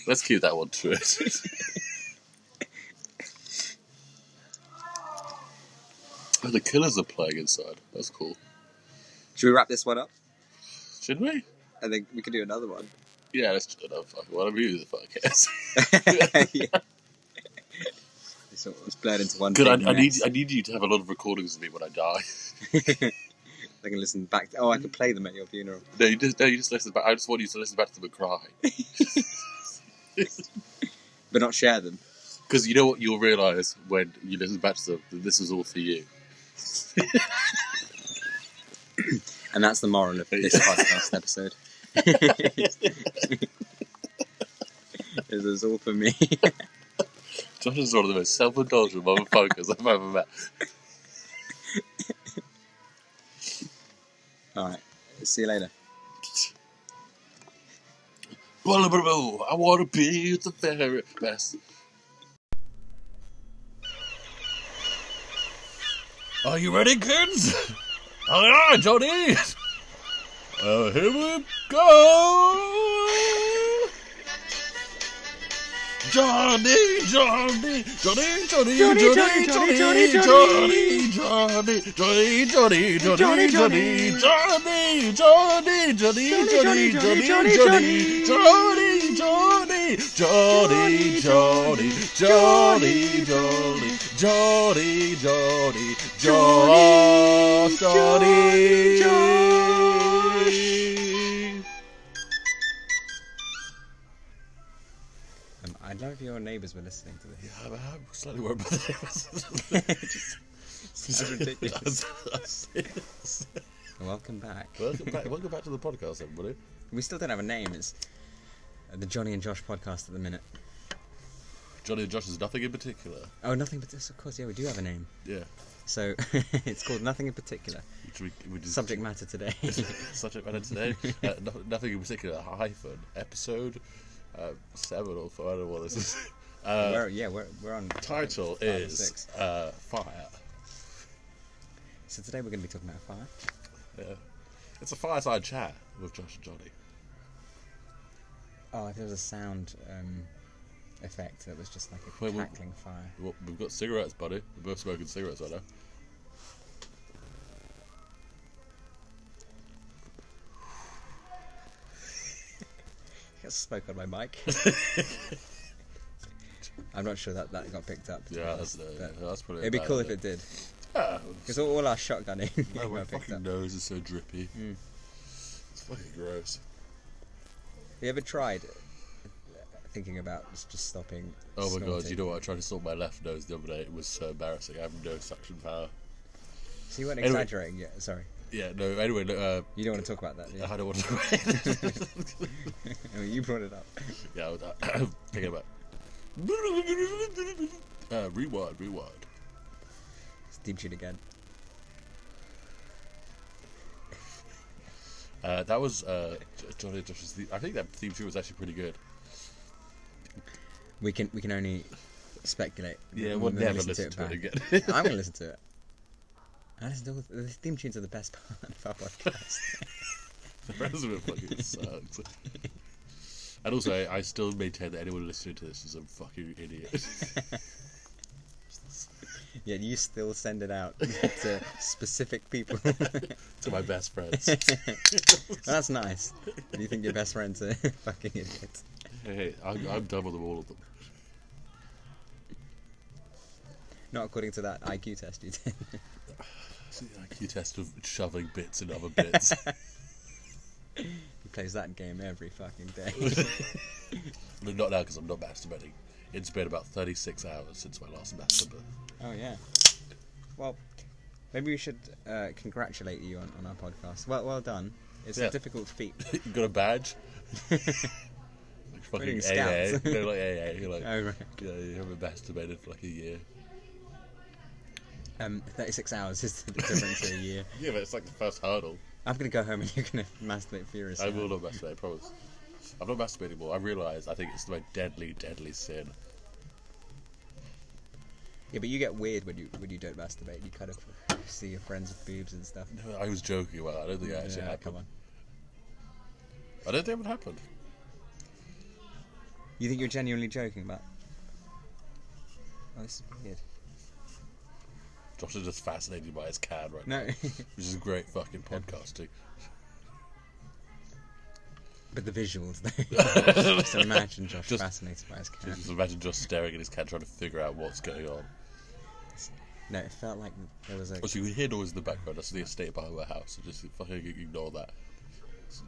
S1: let's keep that one to it. oh, the killers are playing inside. That's cool.
S2: Should we wrap this one up?
S1: Should we?
S2: I think we could do another one.
S1: Yeah, let's do another fucking one. I'm really the fuck cares.
S2: yeah. It's all- it's blurred into one.
S1: Good.
S2: big
S1: I, I need
S2: mess.
S1: I need you to have a lot of recordings of me when I die.
S2: They can listen back. To, oh, I could play them at your funeral.
S1: No, you just no, you just listen back. I just want you to listen back to them and cry.
S2: But not share them.
S1: Because you know what you'll realise when you listen back to them that this was all for you.
S2: And that's the moral of this podcast episode. this is all for me.
S1: Josh is one of the most self-indulgent motherfuckers I've ever met.
S2: All right. See you later.
S1: Blah, blah, blah, blah. I want to be the very best. Are you ready, kids? Oh yeah, Johnny! Uh, here we go! Johnny, Johnny, Johnny, Johnny, Johnny, Johnny, Johnny, Johnny, Johnny, Johnny, Johnny, Johnny, Johnny, Johnny, Johnny, Johnny, Johnny, Johnny, Johnny, Johnny, Johnny, Johnny, Johnny, Johnny, Johnny, Johnny, Johnny, Johnny, Johnny, Josh, Johnny, Josh.
S2: Um, I'd love if your neighbours were listening to this.
S1: I'm, I'm slightly worried about the
S2: This is ridiculous. Welcome back.
S1: welcome back. Welcome back to the podcast, everybody.
S2: We still don't have a name. It's uh, the Johnny and Josh podcast at the minute.
S1: Johnny and Josh is nothing in particular.
S2: Oh, nothing but this. Of course, yeah, we do have a name.
S1: Yeah.
S2: So it's called nothing in particular.
S1: Should we, we just,
S2: Subject matter today.
S1: subject matter today. Uh, no, nothing in particular. Hyphen episode uh, seven or four. I don't know what this is. Uh,
S2: we're, yeah, we're, we're on
S1: title
S2: five or
S1: is
S2: six.
S1: uh, fire.
S2: So today we're going to be talking about fire.
S1: Yeah. It's a fireside chat with Josh and Johnny.
S2: Oh, if there was a sound um, effect that was just like a
S1: Wait, what-
S2: crackling fire.
S1: Well, We've got cigarettes, buddy. We're both smoking cigarettes right now.
S2: I got smoke on my mic. I'm not sure that that got picked up. to be
S1: Yeah,
S2: honest,
S1: that's, uh,
S2: but
S1: yeah, that's pretty.
S2: It'd be
S1: bad,
S2: cool if
S1: isn't
S2: it did.
S1: Yeah.
S2: Because all, all our shotgunning
S1: No, my
S2: got picked
S1: fucking
S2: up.
S1: nose is so drippy.
S2: Mm.
S1: It's fucking gross.
S2: You ever tried uh, thinking about just, just stopping?
S1: Oh my god,
S2: snorting?
S1: you know what? I tried to sort my left nose the other day. It was so embarrassing. I have no suction power.
S2: So you weren't
S1: Anyway.
S2: exaggerating. Yeah, sorry.
S1: Yeah, no, anyway, no, uh,
S2: You don't want to talk about that. do you?
S1: I don't want to.
S2: I mean, you brought it up.
S1: yeah, I was uh, thinking about. Uh, rewind, rewind.
S2: It's deep tune again.
S1: Uh, that was uh, J- Johnny and Josh's theme. I think that theme tune was actually pretty good.
S2: We can we can only speculate. We're
S1: we'll
S2: gonna
S1: never listen to it
S2: back.
S1: again.
S2: I'm gonna listen to it. I listen to all the, the theme tunes are the best part of our podcast.
S1: the rest of it fucking sucks. And also, I, I still maintain that anyone listening to this is a fucking idiot.
S2: Yet you still send it out to specific people. Well,
S1: to my best friends.
S2: that's nice. Do you think your best friend's a fucking idiot?
S1: Hey, hey, I'm, I'm done with them, all of them.
S2: Not according to that IQ test you did.
S1: It's the IQ test of shoving bits in other bits.
S2: He plays that game every fucking day.
S1: No, not now because I'm not masturbating. It's been about 36 hours since my last masturbate.
S2: oh yeah. Well, maybe we should uh, congratulate you on, on our podcast. Well, well done. It's
S1: Yeah.
S2: a difficult feat.
S1: you got a badge? like fucking
S2: Reading
S1: AA.
S2: scouts.
S1: no, like AA. You're like,
S2: Oh, right.
S1: yeah, you haven't masturbated for like a year.
S2: Um, 36 hours is the difference of a year.
S1: Yeah, but it's like the first hurdle.
S2: I'm gonna go home and you're gonna masturbate furiously.
S1: I will not masturbate, I promise. I've not masturbated anymore. I realise I think it's my deadly, deadly sin.
S2: Yeah, but you get weird when you when you don't masturbate. You kind of see your friends with boobs and stuff.
S1: No, I was joking about that. I don't think it actually
S2: Yeah,
S1: happened.
S2: come on.
S1: I don't think it happened.
S2: You think you're genuinely joking about? Oh, this is weird.
S1: Josh is just fascinated by his can right now,
S2: No,
S1: which is great fucking podcasting.
S2: but the visuals. though. just imagine Josh
S1: Just-
S2: fascinated by his cat.
S1: Just imagine Josh staring at his can trying to figure out what's going on.
S2: No, it felt like there was a.
S1: Also, you can hear noise in the background. That's the estate behind my house. So just fucking ignore that.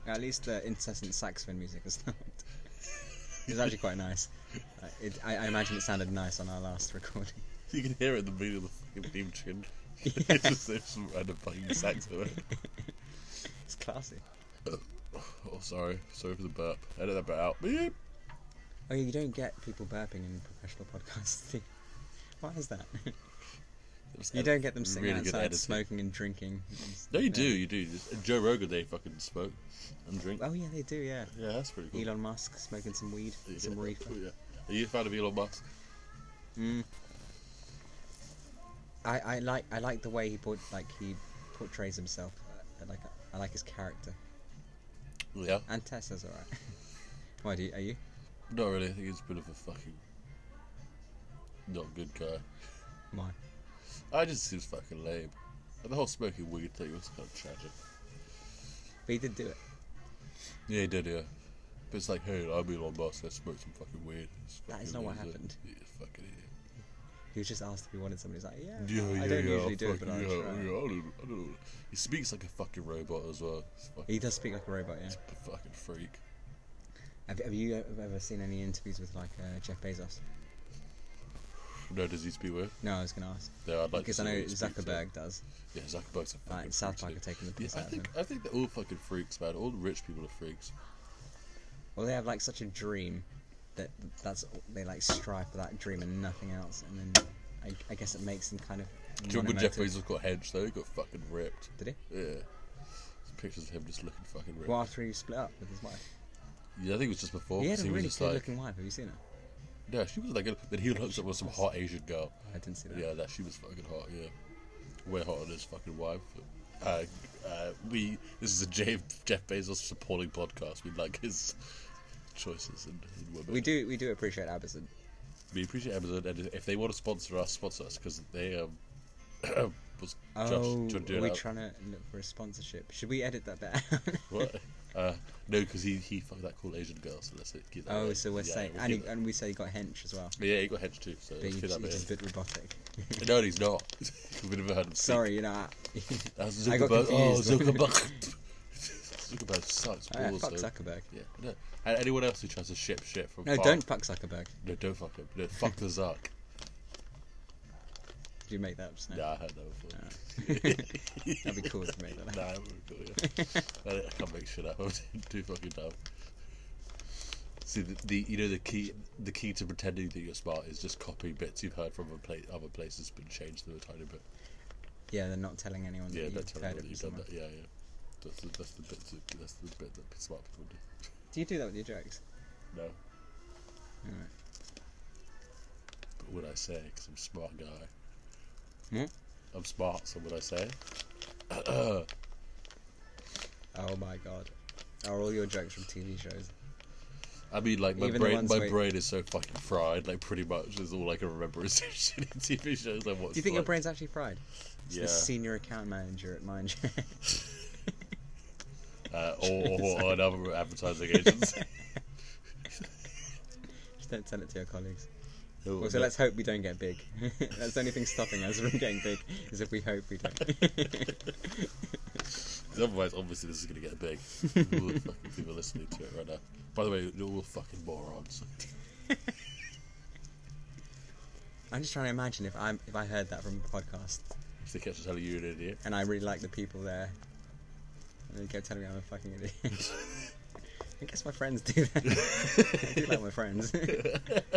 S2: At least the incessant saxophone music has not. It was actually quite nice. Uh, It, I, I imagine it sounded nice on our last recording.
S1: You can hear it in the middle of the fucking theme tune. it's just there's some random fucking saxophone.
S2: It's classy.
S1: Oh, sorry. Sorry for the burp. Edit that bit out. Beep.
S2: Oh, you don't get people burping in professional podcasts. do you? Why is that? You don't get them sitting
S1: Really good
S2: outside
S1: editing.
S2: smoking and drinking.
S1: No, you do. You do. Just- uh, Joe Rogan, they fucking smoke and drink.
S2: Oh yeah, they do. Yeah.
S1: Yeah, that's pretty cool.
S2: Elon Musk smoking some weed,
S1: Yeah.
S2: some reefer. Hmm.
S1: Yeah. Are you a fan of Elon Musk?
S2: I, I like I like the way he port, like he portrays himself. I like I like his character.
S1: Yeah.
S2: And Tessa's alright. Why do you, are you?
S1: Not really. I think he's a bit of a fucking not good guy.
S2: Mine.
S1: I just think he's fucking lame. And the whole smoking weed thing was kind of tragic.
S2: But he did do it.
S1: Yeah, he did, yeah. But it's like, hey, I'm Elon Musk. Let's smoke some fucking weed. It's
S2: That
S1: fucking
S2: is not what
S1: loser.
S2: happened.
S1: You fucking idiot.
S2: He was just asked if he wanted somebody. He's like, yeah.
S1: Yeah, yeah,
S2: I don't
S1: yeah,
S2: usually do it,
S1: fuck
S2: but I'll
S1: yeah,
S2: try.
S1: yeah, I don't, I don't know. He speaks like a fucking robot as well. He's fucking,
S2: He does speak like a robot. Yeah.
S1: a fucking freak.
S2: Have, have you ever seen any interviews with like uh, Jeff Bezos?
S1: No, does he speak weird?
S2: No, I was gonna ask
S1: No, I'd like
S2: because
S1: to
S2: I know
S1: see what he speaks
S2: Zuckerberg does.
S1: like. Yeah, Zuckerberg's a fucking
S2: Like
S1: freak
S2: South Park
S1: too.
S2: are taking the
S1: Yeah,
S2: piss
S1: I
S2: out of him.
S1: think I think they're all fucking freaks, man. All the rich people are freaks.
S2: Well, they have like such a dream that that's they like strive for that dream and nothing else, and then I, I guess it makes them kind of.
S1: Do you remember Jeff
S2: monomotive.
S1: Bezos got hedged though? He got fucking ripped.
S2: Did he?
S1: Yeah. There's pictures of him just looking fucking ripped.
S2: Well, after he split up with his wife,
S1: Yeah, I think it was just before.
S2: he had
S1: 'cause
S2: a
S1: Oh, was
S2: really
S1: just like,
S2: good-looking wife. Have you seen her?
S1: Yeah, she was like, good. Then he hooks up with some hot Asian girl.
S2: I didn't see that.
S1: Yeah, that she was fucking hot. Yeah, way hotter than his fucking wife. Uh, uh, we this is a Jeff, Jeff Bezos supporting podcast. We like his choices and, and women.
S2: We do we do appreciate Abbasid.
S1: We appreciate Amazon, and if they want to sponsor us, sponsor us because they um was
S2: Oh,
S1: Josh
S2: are we
S1: Jordan.
S2: trying to look for a sponsorship? Should we edit that bit? out?
S1: what? Uh, no, because he he fucked that cool Asian girl. So let's keep that.
S2: oh,
S1: away.
S2: so we're
S1: yeah,
S2: saying,
S1: we'll
S2: and,
S1: keep
S2: he,
S1: that.
S2: and we say he got hench as well,
S1: yeah, he got hedged too. So
S2: but
S1: let's
S2: he,
S1: keep
S2: he's
S1: that bit.
S2: just a bit robotic.
S1: No, he's not. We've never heard him. speak.
S2: Sorry, you know. I,
S1: That's
S2: I got
S1: Zuckerberg. Oh,
S2: confused.
S1: Zuckerberg. Zuckerberg sucks
S2: Ah,
S1: balls.
S2: fuck
S1: though.
S2: Zuckerberg.
S1: Yeah. No. And anyone else who tries to ship shit from
S2: No,
S1: far-
S2: don't fuck Zuckerberg.
S1: No, don't fuck him. No, fuck the Zuck.
S2: Did you make that up? Snow?
S1: nah, I heard that before.
S2: That'd be cool to make that up.
S1: Nah, I'm cool, yeah. I can't make shit up. I'm too fucking dumb. See, the, the you know the key the key to pretending that you're smart is just copying bits you've heard from other, pla- other places but change them a tiny bit.
S2: Yeah, they're not telling anyone
S1: Yeah,
S2: that
S1: that's
S2: you've
S1: how
S2: heard it
S1: you've
S2: from
S1: done
S2: someone.
S1: that. Yeah, yeah. That's the, that's the bit that- that's the bit that smart people do.
S2: Do you do that with your jokes?
S1: No.
S2: Alright.
S1: But would I say? Because I'm a smart guy.
S2: Hmm?
S1: I'm smart, so would I say?
S2: Oh my god. Are all your jokes from TV shows?
S1: I mean, like my
S2: Even the
S1: brain,
S2: ones
S1: my
S2: where-
S1: brain is so fucking fried. Like pretty much, is all I can remember is shitty TV shows I watched.
S2: Do you think your
S1: like-
S2: brain's actually fried? It's
S1: Yeah.
S2: the senior account manager at Mindshare.
S1: uh, or, or, or another advertising agency?
S2: Just don't tell it to your colleagues.
S1: Oh, No,
S2: Well, so let's hope we don't get big. That's the only thing stopping us from getting big, is if we hope we don't.
S1: Otherwise, obviously, this is gonna get big. all the fucking people listening to it right now. By the way, you're all fucking morons.
S2: I'm just trying to imagine if I if I heard that from a podcast
S1: If they catch us telling you you're an idiot,
S2: and I really like the people there, and they kept telling me I'm a fucking idiot. I guess my friends do that. I do like my friends.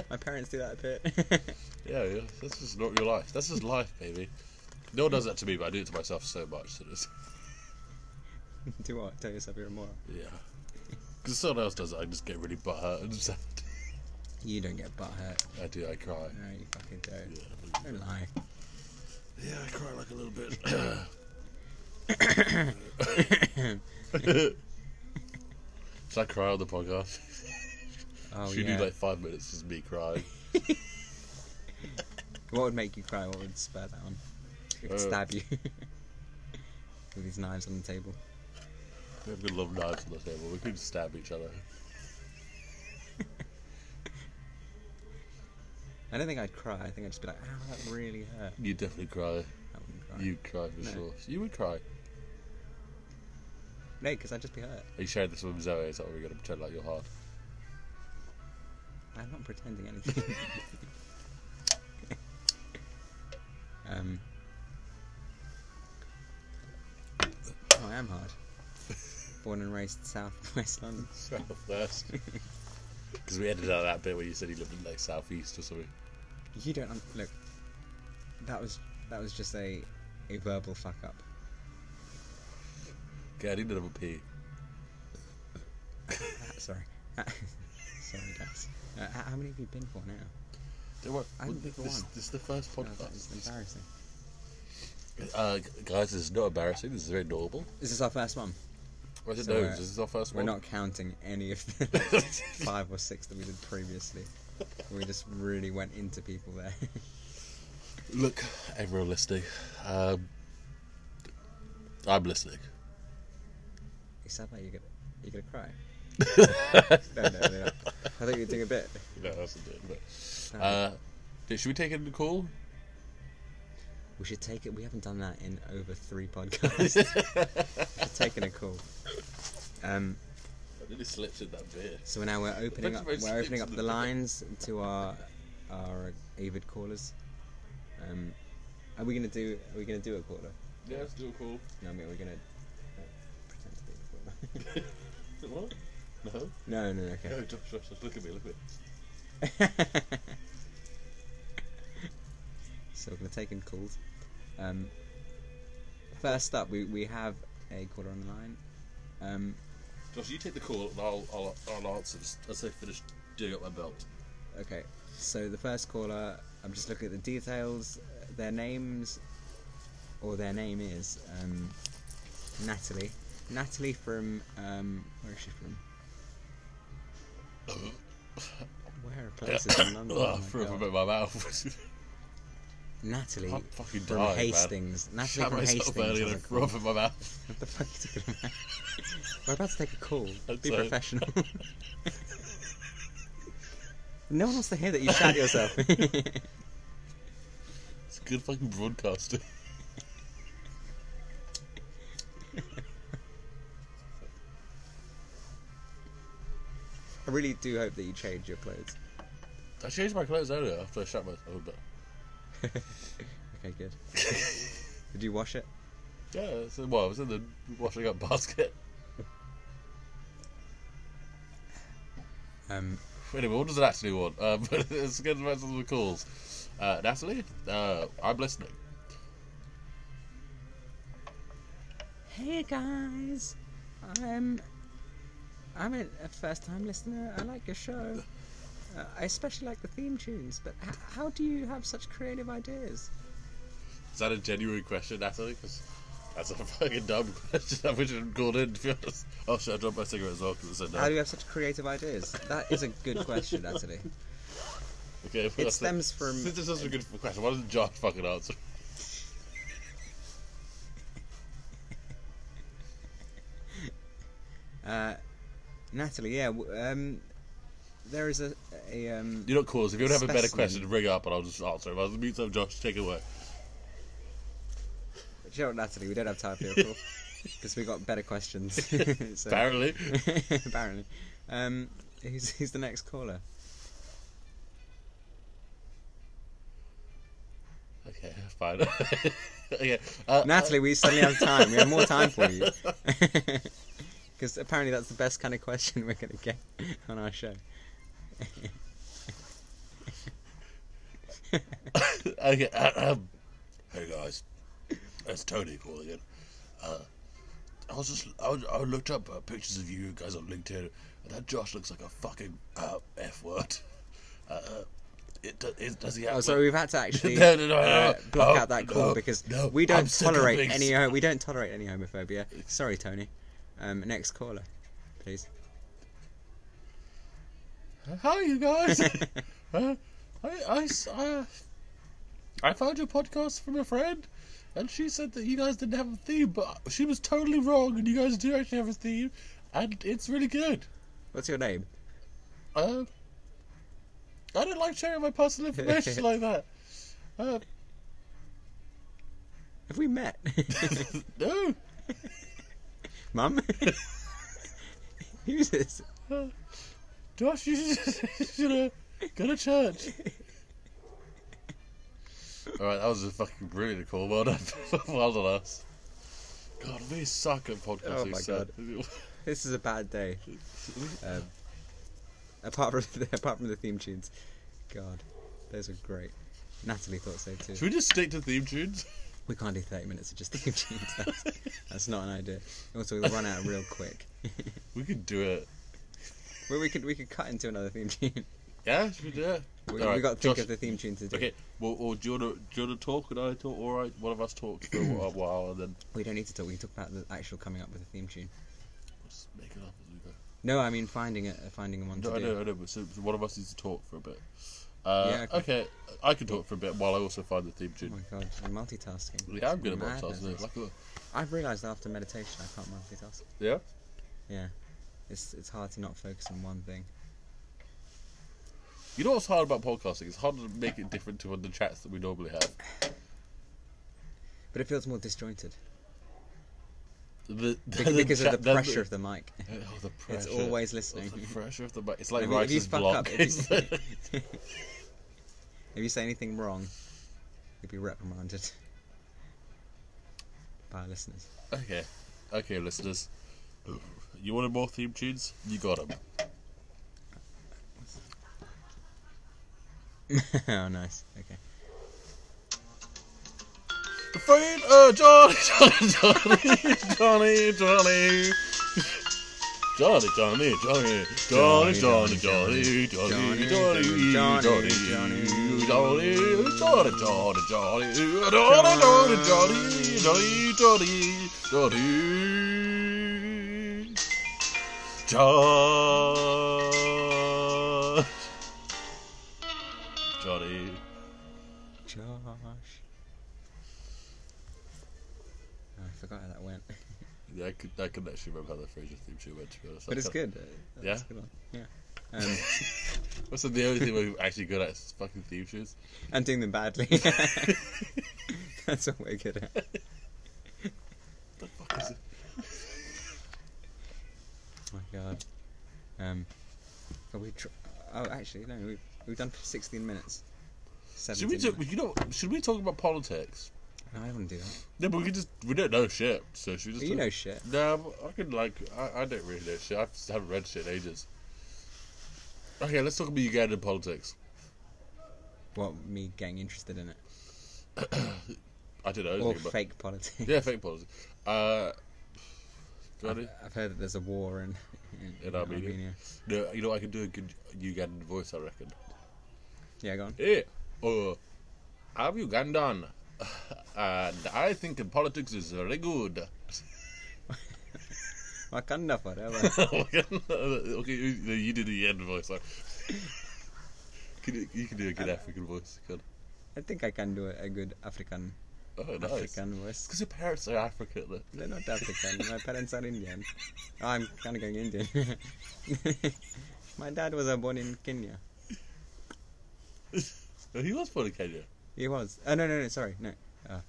S2: my parents do that a bit.
S1: yeah, yeah, that's just not your life. That's just life, baby. No one does that to me, but I do it to myself so much that it's.
S2: do what? Tell yourself you're a moron.
S1: Yeah. Because someone else does it, I just get really butthurt and sad.
S2: You don't get butt hurt.
S1: I do, I cry.
S2: No, you fucking don't.
S1: Yeah,
S2: Don't lie.
S1: yeah I cry like a little bit. Should I cry on the podcast?
S2: Oh
S1: Should we
S2: yeah.
S1: do like five minutes just me crying?
S2: What would make you cry? What would spur that on? They could
S1: Uh,
S2: stab you with these knives on the table.
S1: We're gonna love knives on the table. We could stab each other.
S2: I don't think I'd cry. I think I'd just be like, "Ow, that really hurt."
S1: You definitely cry.
S2: I wouldn't cry.
S1: You cry for
S2: No.
S1: sure. You would cry.
S2: No, because I'd just be hurt.
S1: Are you sharing this with Zoe? Is that what we're gonna pretend like you're hard?
S2: I'm not pretending anything. um. Oh, I am hard. Born and raised South West London.
S1: Southwest. Because we ended out that bit where you said you lived in like southeast or something.
S2: You don't un- look. That was that was just a a verbal fuck up.
S1: Okay, I need another pee.
S2: Ah, Sorry. Ah, Sorry, guys. Uh, h- how many have you been for now?
S1: Don't worry.
S2: I
S1: Well,
S2: didn't think of
S1: this,
S2: one.
S1: this is the first
S2: Oh, that is
S1: podcast.
S2: embarrassing.
S1: Uh, guys, this is not embarrassing. This is very normal.
S2: This is our first one.
S1: I didn't
S2: So,
S1: know
S2: uh,
S1: this is our first
S2: We're
S1: one.
S2: not counting any of the five or six that we did previously. We just really went into people there.
S1: Look, everyone listening. Um, I'm listening.
S2: Except like you're gonna, you're gonna cry. no, no, no, no. I think you're doing a bit.
S1: No, that's not it. But, uh, should we take in the call?
S2: We should take it. We haven't done that in over three podcasts. we should take in a call. Um,
S1: I nearly slipped in that beer.
S2: so now we're opening
S1: Benjamin
S2: up. We're
S1: slips
S2: opening up
S1: in
S2: the
S1: the-
S2: lines to our our avid callers. Um, are we gonna do? Are we gonna do a caller?
S1: Yeah, let's do a call.
S2: No, I mean we're gonna uh, pretend to be a caller.
S1: What? No?
S2: no, no, no,
S1: No, Josh, Josh, Josh, look at me, look at me.
S2: okay. so we're gonna take in calls. Um, first up, we we have a caller on the line. Um,
S1: Josh, you take the call and I'll, I'll, I'll answer just as I finish doing up my belt.
S2: Okay, so the first caller, I'm just looking at the details. uh, Their names, or their name is um, Natalie. Natalie from um, where is she from? Where are places in London? Oh
S1: Ugh, Ah,
S2: my
S1: threw up a
S2: God.
S1: bit in my mouth.
S2: Natalie
S1: I'm fucking
S2: from
S1: dying, man.
S2: Hastings. Natalie
S1: Shat
S2: from
S1: myself
S2: Hastings.
S1: earlier
S2: on
S1: and
S2: the
S1: threw
S2: call.
S1: up in my mouth.
S2: What the fuck are you talking about? We're about to take a call.
S1: I'm
S2: Be
S1: sorry.
S2: professional. no one wants to hear that you shat yourself.
S1: It's a good fucking broadcaster.
S2: I really do hope that you change your clothes.
S1: I changed my clothes earlier after I shat myself a bit.
S2: Okay, good. Did you wash it?
S1: Yeah, so, well, I was in the washing up basket.
S2: Um,
S1: Anyway, what does Natalie want? Um, let's get back to the calls. Uh, Natalie, uh, I'm listening.
S2: hey guys, I'm I'm a, a first-time listener. I like your show. Uh, I especially like the theme tunes. But h- how do you have such creative ideas?
S1: Is that a genuine question, Natalie? 'Cause that's a fucking dumb question. I wish I had called in, to be honest. Oh shit, I dropped my cigarette as well because I said
S2: How do
S1: no.
S2: you have such creative ideas? That is a good question, actually.
S1: Okay, well,
S2: It
S1: that's
S2: stems from-
S1: Since it's such a good question, why doesn't Josh fucking answer?
S2: Uh, Natalie, yeah, w- um, there is a, a um,
S1: You don't call us. If you don't have a better
S2: Specimen.
S1: question, ring up and I'll just answer it. I'll just meet up, Josh, take it away.
S2: Do you know what, Natalie, we don't have time for your call because we got better questions. so,
S1: Apparently.
S2: apparently. Um, who's, who's the next caller?
S1: Okay, fine. okay. Uh,
S2: Natalie, we suddenly have time. We have more time for you. Because apparently that's the best kind of question we're going to get on our show.
S1: Okay. um, hey guys, it's Tony calling in. Uh, I was just I, was- I looked up uh, pictures of you guys on LinkedIn, and that Josh looks like a fucking uh, f word. Uh, it, do- it does he have?
S2: Oh, so we've had to actually
S1: No, no, no,
S2: uh,
S1: no, no.
S2: block
S1: No,
S2: out that call
S1: no,
S2: because
S1: no,
S2: we
S1: I'm
S2: don't
S1: sick of
S2: tolerate
S1: being
S2: any.
S1: s-
S2: ho- We don't tolerate any homophobia. Sorry, Tony. Um, next caller, please.
S1: Hi, you guys. uh, I I s- uh, I found your podcast from a friend, and she said that you guys didn't have a theme, but she was totally wrong, and you guys do actually have a theme, and it's really good.
S2: What's your name?
S1: Uh, I don't like sharing my personal information like that. Uh,
S2: Have we met,
S1: no.
S2: Mum? Who's this?
S1: Josh, you should, you should uh, go to church. Alright, that was a fucking brilliant call. Well done. well done, us. God, we suck at podcasting.
S2: Oh my
S1: so-
S2: This is a bad day. Um, apart from the, apart from the theme tunes, God, those were great. Natalie thought so too.
S1: Should we just stick to theme tunes?
S2: We can't do 30 minutes of just theme tunes. That's, that's not an idea. Also, we'll run out real quick.
S1: We could do it.
S2: Well, we could we could cut into another theme tune.
S1: Yeah, should we do it?
S2: We,
S1: All
S2: we
S1: right,
S2: got to think
S1: Josh.
S2: of the theme tune to do.
S1: Okay, well, or do you want to do you want to talk and I talk? All right, one of us talks for a while and then
S2: We don't need to talk. We can talk about the actual coming up with a theme tune.
S1: we'll just make it up as we go.
S2: No, I mean finding it, finding one to
S1: No, I
S2: do.
S1: know, I know, but so, so one of us needs to talk for a bit. Uh,
S2: Yeah,
S1: okay. I can talk for a bit while I also find the theme
S2: Oh my
S1: tune.
S2: god, I'm multitasking.
S1: yeah, I'm
S2: It's
S1: good at
S2: madness.
S1: multitasking. Like a-
S2: I've realised after meditation I can't multitask.
S1: Yeah,
S2: Yeah, it's it's hard to not focus on one thing.
S1: you know what's hard about podcasting? It's hard to make it different to the chats that we normally have.
S2: But it feels more disjointed
S1: The,
S2: Be-
S1: the
S2: because
S1: chat-
S2: of
S1: then
S2: the pressure of the mic.
S1: Oh, the pressure.
S2: It's always listening.
S1: The pressure of the mic. It's like
S2: If you- if you
S1: writer's
S2: fuck
S1: block.
S2: up, if you- If you say anything wrong, you'll be reprimanded by our listeners.
S1: okay, okay, listeners. You wanted more theme tunes? You got them.
S2: oh, nice. Okay.
S1: Afraid of uh, Johnny, Johnny, Johnny, Johnny, Johnny. Johnny, Johnny, Johnny, Johnny, Johnny, Johnny, Johnny, Johnny, Johnny, Johnny, Johnny, Johnny, Johnny, Johnny, Johnny, Johnny, Johnny, Johnny, Johnny, Johnny, Johnny, Johnny.
S2: Josh. Oh, I forgot how that went.
S1: Yeah, I could, I couldn't actually remember how the Frasier theme tune went. To be honest,
S2: But it's
S1: I can't-
S2: good. uh,
S1: Yeah?
S2: it's a good one. Yeah. Um,
S1: That's the only thing we're actually good at is fucking theme tunes.
S2: and doing them badly. That's what we're good at.
S1: Oh The fuck is it?
S2: Oh my god. Um, but we tr- oh, actually, no, we've, we've done 16 minutes.
S1: Should we
S2: 17
S1: do?
S2: minutes.
S1: You know, should we talk about politics?
S2: No, I wouldn't do that.
S1: No, but we could just. We don't know shit, so should we just?
S2: You
S1: talk-
S2: know shit.
S1: No, but I could like. I, I don't really know shit. I just haven't read shit in ages. Okay, let's talk about Ugandan politics.
S2: What, me getting interested in it?
S1: I don't know.
S2: Or
S1: anything about-
S2: fake politics.
S1: Yeah, fake politics. Uh, Johnny?
S2: I've, I've heard that there's a war in, in,
S1: In Armenia. No, you know I can do a good Ugandan voice. I reckon.
S2: Yeah, go on.
S1: Hey, uh, I'm Ugandan, and I think politics is very good.
S2: Wakanda forever.
S1: Oh okay, you- no, you did the end voice. Sorry. Can you, you can do a good African voice. you can.
S2: I think I can do a, a good African
S1: Oh, nice.
S2: African voice.
S1: Because your parents are African. though.
S2: They're not African. My parents are Indian. Oh, I'm kind of going Indian. My dad was uh, born in Kenya.
S1: No, he was born in Kenya.
S2: He was. Oh no no no. Sorry no. Uh,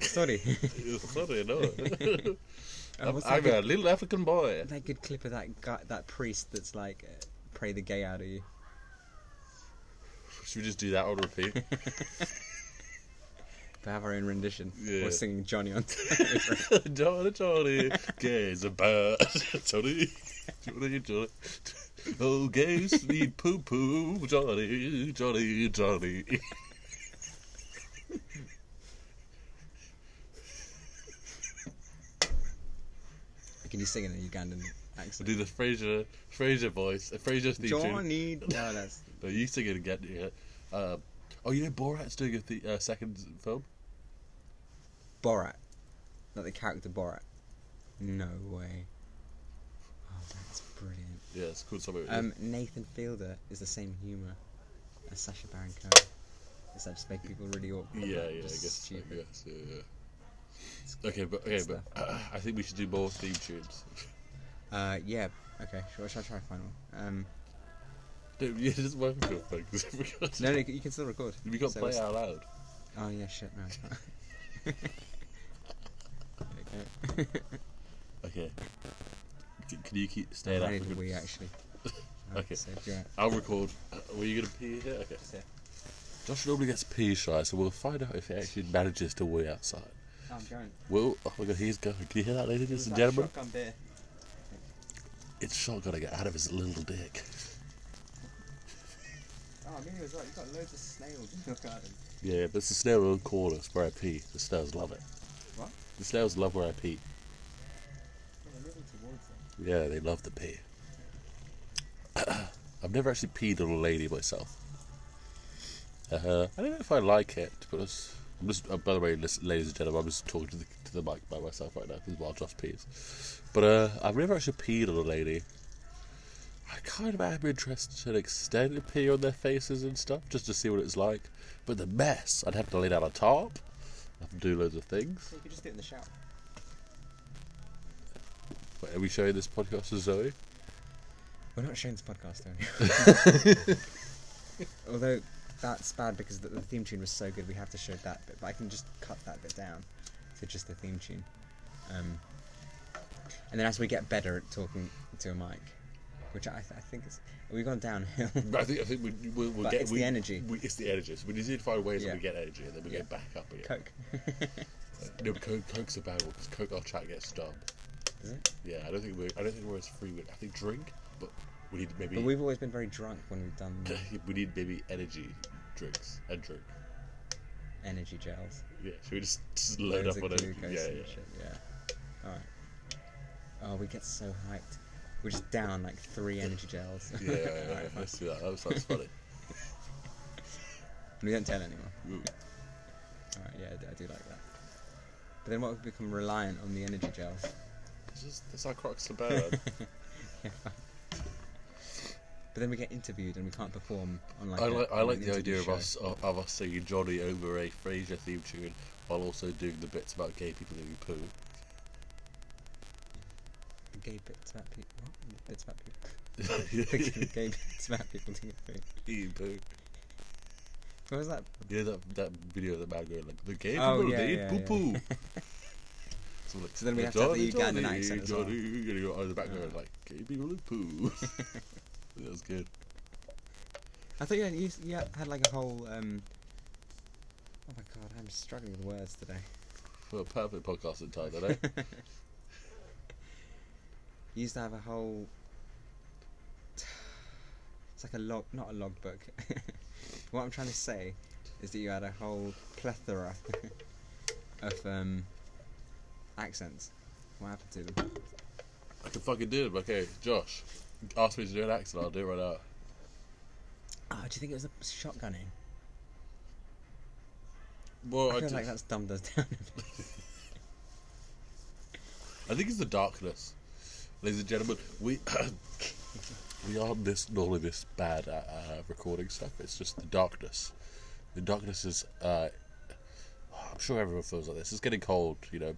S2: sorry.
S1: Sorry, no.
S2: Uh,
S1: I'm,
S2: what's that
S1: I'm a
S2: good,
S1: little African boy.
S2: that good clip of that guy, that priest that's like, uh, pray the gay out of you.
S1: Should we just do that on repeat?
S2: To have our own rendition.
S1: Yeah.
S2: We're singing Johnny on.
S1: Johnny, Johnny, gay's a bird. Johnny, Johnny, Johnny. Oh, gays need poo poo. Johnny, Johnny, Johnny.
S2: Can you sing in a Ugandan
S1: I
S2: accent?
S1: do the Fraser, Fraser voice, a Fraser theme tune.
S2: Johnny. No, that's
S1: No, you sing it again. Yeah. Uh, oh, you know Borat's doing a th- uh, second film.
S2: Borat. Not the character Borat. No way. Oh, that's brilliant.
S1: Yeah, it's called something.
S2: Um, Nathan Fielder is the same humour as Sasha Baron Cohen. Does that just make people really awkward?
S1: yeah, yeah, I
S2: Just
S1: guess. I
S2: Stupid.
S1: guess, yeah, yeah. Okay, but okay, but uh, I think we should do more theme tunes.
S2: Uh, yeah. Okay. Sure. Shall I try and find one? Um,
S1: Don't- yeah, just work with your things. we can't,
S2: no, no, you can still record.
S1: we can't
S2: So
S1: play
S2: it's-
S1: out loud.
S2: Oh yeah, shit, no. I can't. okay.
S1: Okay. C- Can you keep staying
S2: I need
S1: African?
S2: a wee actually.
S1: Okay.
S2: So, do you want-
S1: I'll record. Uh, were you gonna pee here? Okay. Josh normally gets pee shy, so we'll find out if he actually manages to wee outside.
S2: Oh, I'm going.
S1: Will, oh my god, he's going. Can you hear that, ladies and gentlemen? It's shot gonna get out of his little dick.
S2: Oh, I mean, he was right. You've got loads of snails in your garden.
S1: Yeah, but it's the snail on corner, it's where I pee. The snails love it.
S2: What?
S1: The snails love where I pee.
S2: Oh, they're moving towards it.
S1: Yeah, they love the pee. I've never actually peed on a lady myself. Uh, I don't know if I like it, but it's, I'm just. Uh, by the way, lis- ladies and gentlemen, I'm just talking to the to the mic by myself right now because while Josh pees. But uh, I've never actually peed on a lady. I kind of am interested to an extent in peeing on their faces and stuff just to see what it's like. But the mess, I'd have to lay down a tarp, I'd have to do loads of things.
S2: You could just do it in the shower.
S1: Wait, are we showing this podcast to Zoe?
S2: We're not showing this podcast to Although that's bad because the, the theme tune was so good, we have to show that bit. But I can just cut that bit down to just the theme tune. Um, and then as we get better at talking to a mic, which I, I think is we've gone downhill.
S1: I think I think we, we, we'll
S2: But
S1: get
S2: it's
S1: we,
S2: the energy.
S1: We, it's the energy. So we need to find ways that we
S2: Yeah.
S1: get energy and then we
S2: Yeah.
S1: get back up again.
S2: Coke,
S1: No, Coke, Coke's a bad one because Coke, our chat gets dumb.
S2: is it?
S1: Yeah, I don't think we're I don't think we're as frequent. I think drink, but we need maybe
S2: But we've always been very drunk when we've done
S1: we need maybe energy drinks and drink.
S2: energy gels.
S1: Yeah, should we just, just load
S2: Loads
S1: up
S2: of
S1: on energy?
S2: glucose
S1: Yeah,
S2: and
S1: yeah.
S2: shit, yeah. All right. Oh, we get so hyped. We're just down like three energy gels.
S1: Yeah, yeah, yeah, yeah. let's do that. That sounds funny.
S2: we don't tell anyone.
S1: Ooh.
S2: All right, yeah, I do, I do like that. But then what would become reliant on the energy gels?
S1: It's just that's our crux to bear. man.
S2: But then we get interviewed and we can't perform on like.
S1: I
S2: a-
S1: like I
S2: on
S1: like
S2: an
S1: the
S2: interview
S1: idea of
S2: show.
S1: us uh, of, of us singing Johnny over a Frasier theme tune while also doing the bits about gay people doing poo.
S2: The gay bits about people. What? The bits about people. the gay bits about people doing food.
S1: Eating poo.
S2: What was that?
S1: Yeah, that that video of that man going like the gay people
S2: Oh,
S1: oh,
S2: yeah,
S1: yeah,
S2: yeah,
S1: poo
S2: yeah.
S1: poo. so, like,
S2: So then we have to have the
S1: Johnny,
S2: Ugandan accent as well.
S1: Johnny, Johnny, Johnny, out of the background
S2: Yeah.
S1: like gay people do poo. that was good.
S2: I thought you had, you s- you had like a whole. Um... Oh my god, I'm struggling with words today.
S1: Well, perfect podcast eh? in time, don't I?
S2: You used to have a whole. It's like a log, not a logbook. what I'm trying to say is that you had a whole plethora of um, accents. What happened to them?
S1: I can fucking do it. Okay, Josh, ask me to do an accent. I'll do it right now.
S2: Oh, do you think it was the shotgunning?
S1: Well, I,
S2: I feel
S1: just-
S2: like that's dumbed us down. a bit.
S1: I think it's the darkness, ladies and gentlemen. We we aren't this normally this bad at uh, recording stuff. It's just the darkness. The darkness is. Uh, I'm sure everyone feels like this. It's getting cold, you know.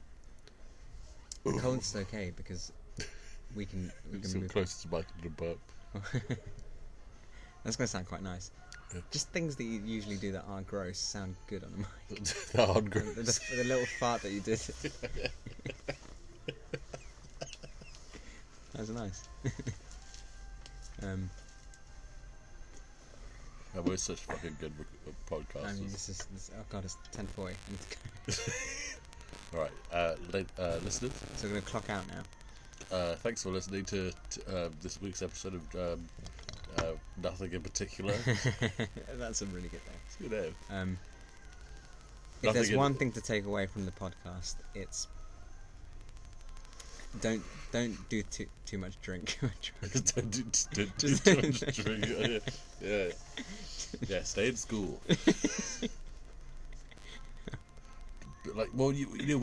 S2: The cold's okay because we can. We
S1: It's
S2: can move.
S1: closer to Mike than a burp.
S2: That's going to sound quite nice. Just things that you usually do that aren't gross sound good on a mic.
S1: that hard
S2: The,
S1: gross.
S2: the- the little fart that you did. that was nice. um,
S1: And we're such fucking good uh, rec-
S2: I mean,
S1: podcasters.
S2: this is this, oh god, it's ten forty. I need to go.
S1: All right, uh, la- uh, listeners.
S2: So we're gonna clock out now.
S1: Uh, thanks for listening to, to uh, this week's episode of um, uh, Nothing in Particular.
S2: That's a really good thing.
S1: you know,
S2: Um, if
S1: Nothing
S2: there's
S1: in-
S2: one thing to take away from the podcast, it's don't don't do too too much drink.
S1: just don't do- just don't do
S2: Just-
S1: too much drink. Yeah, yeah, yeah. Stay in school. But like, well, you you know,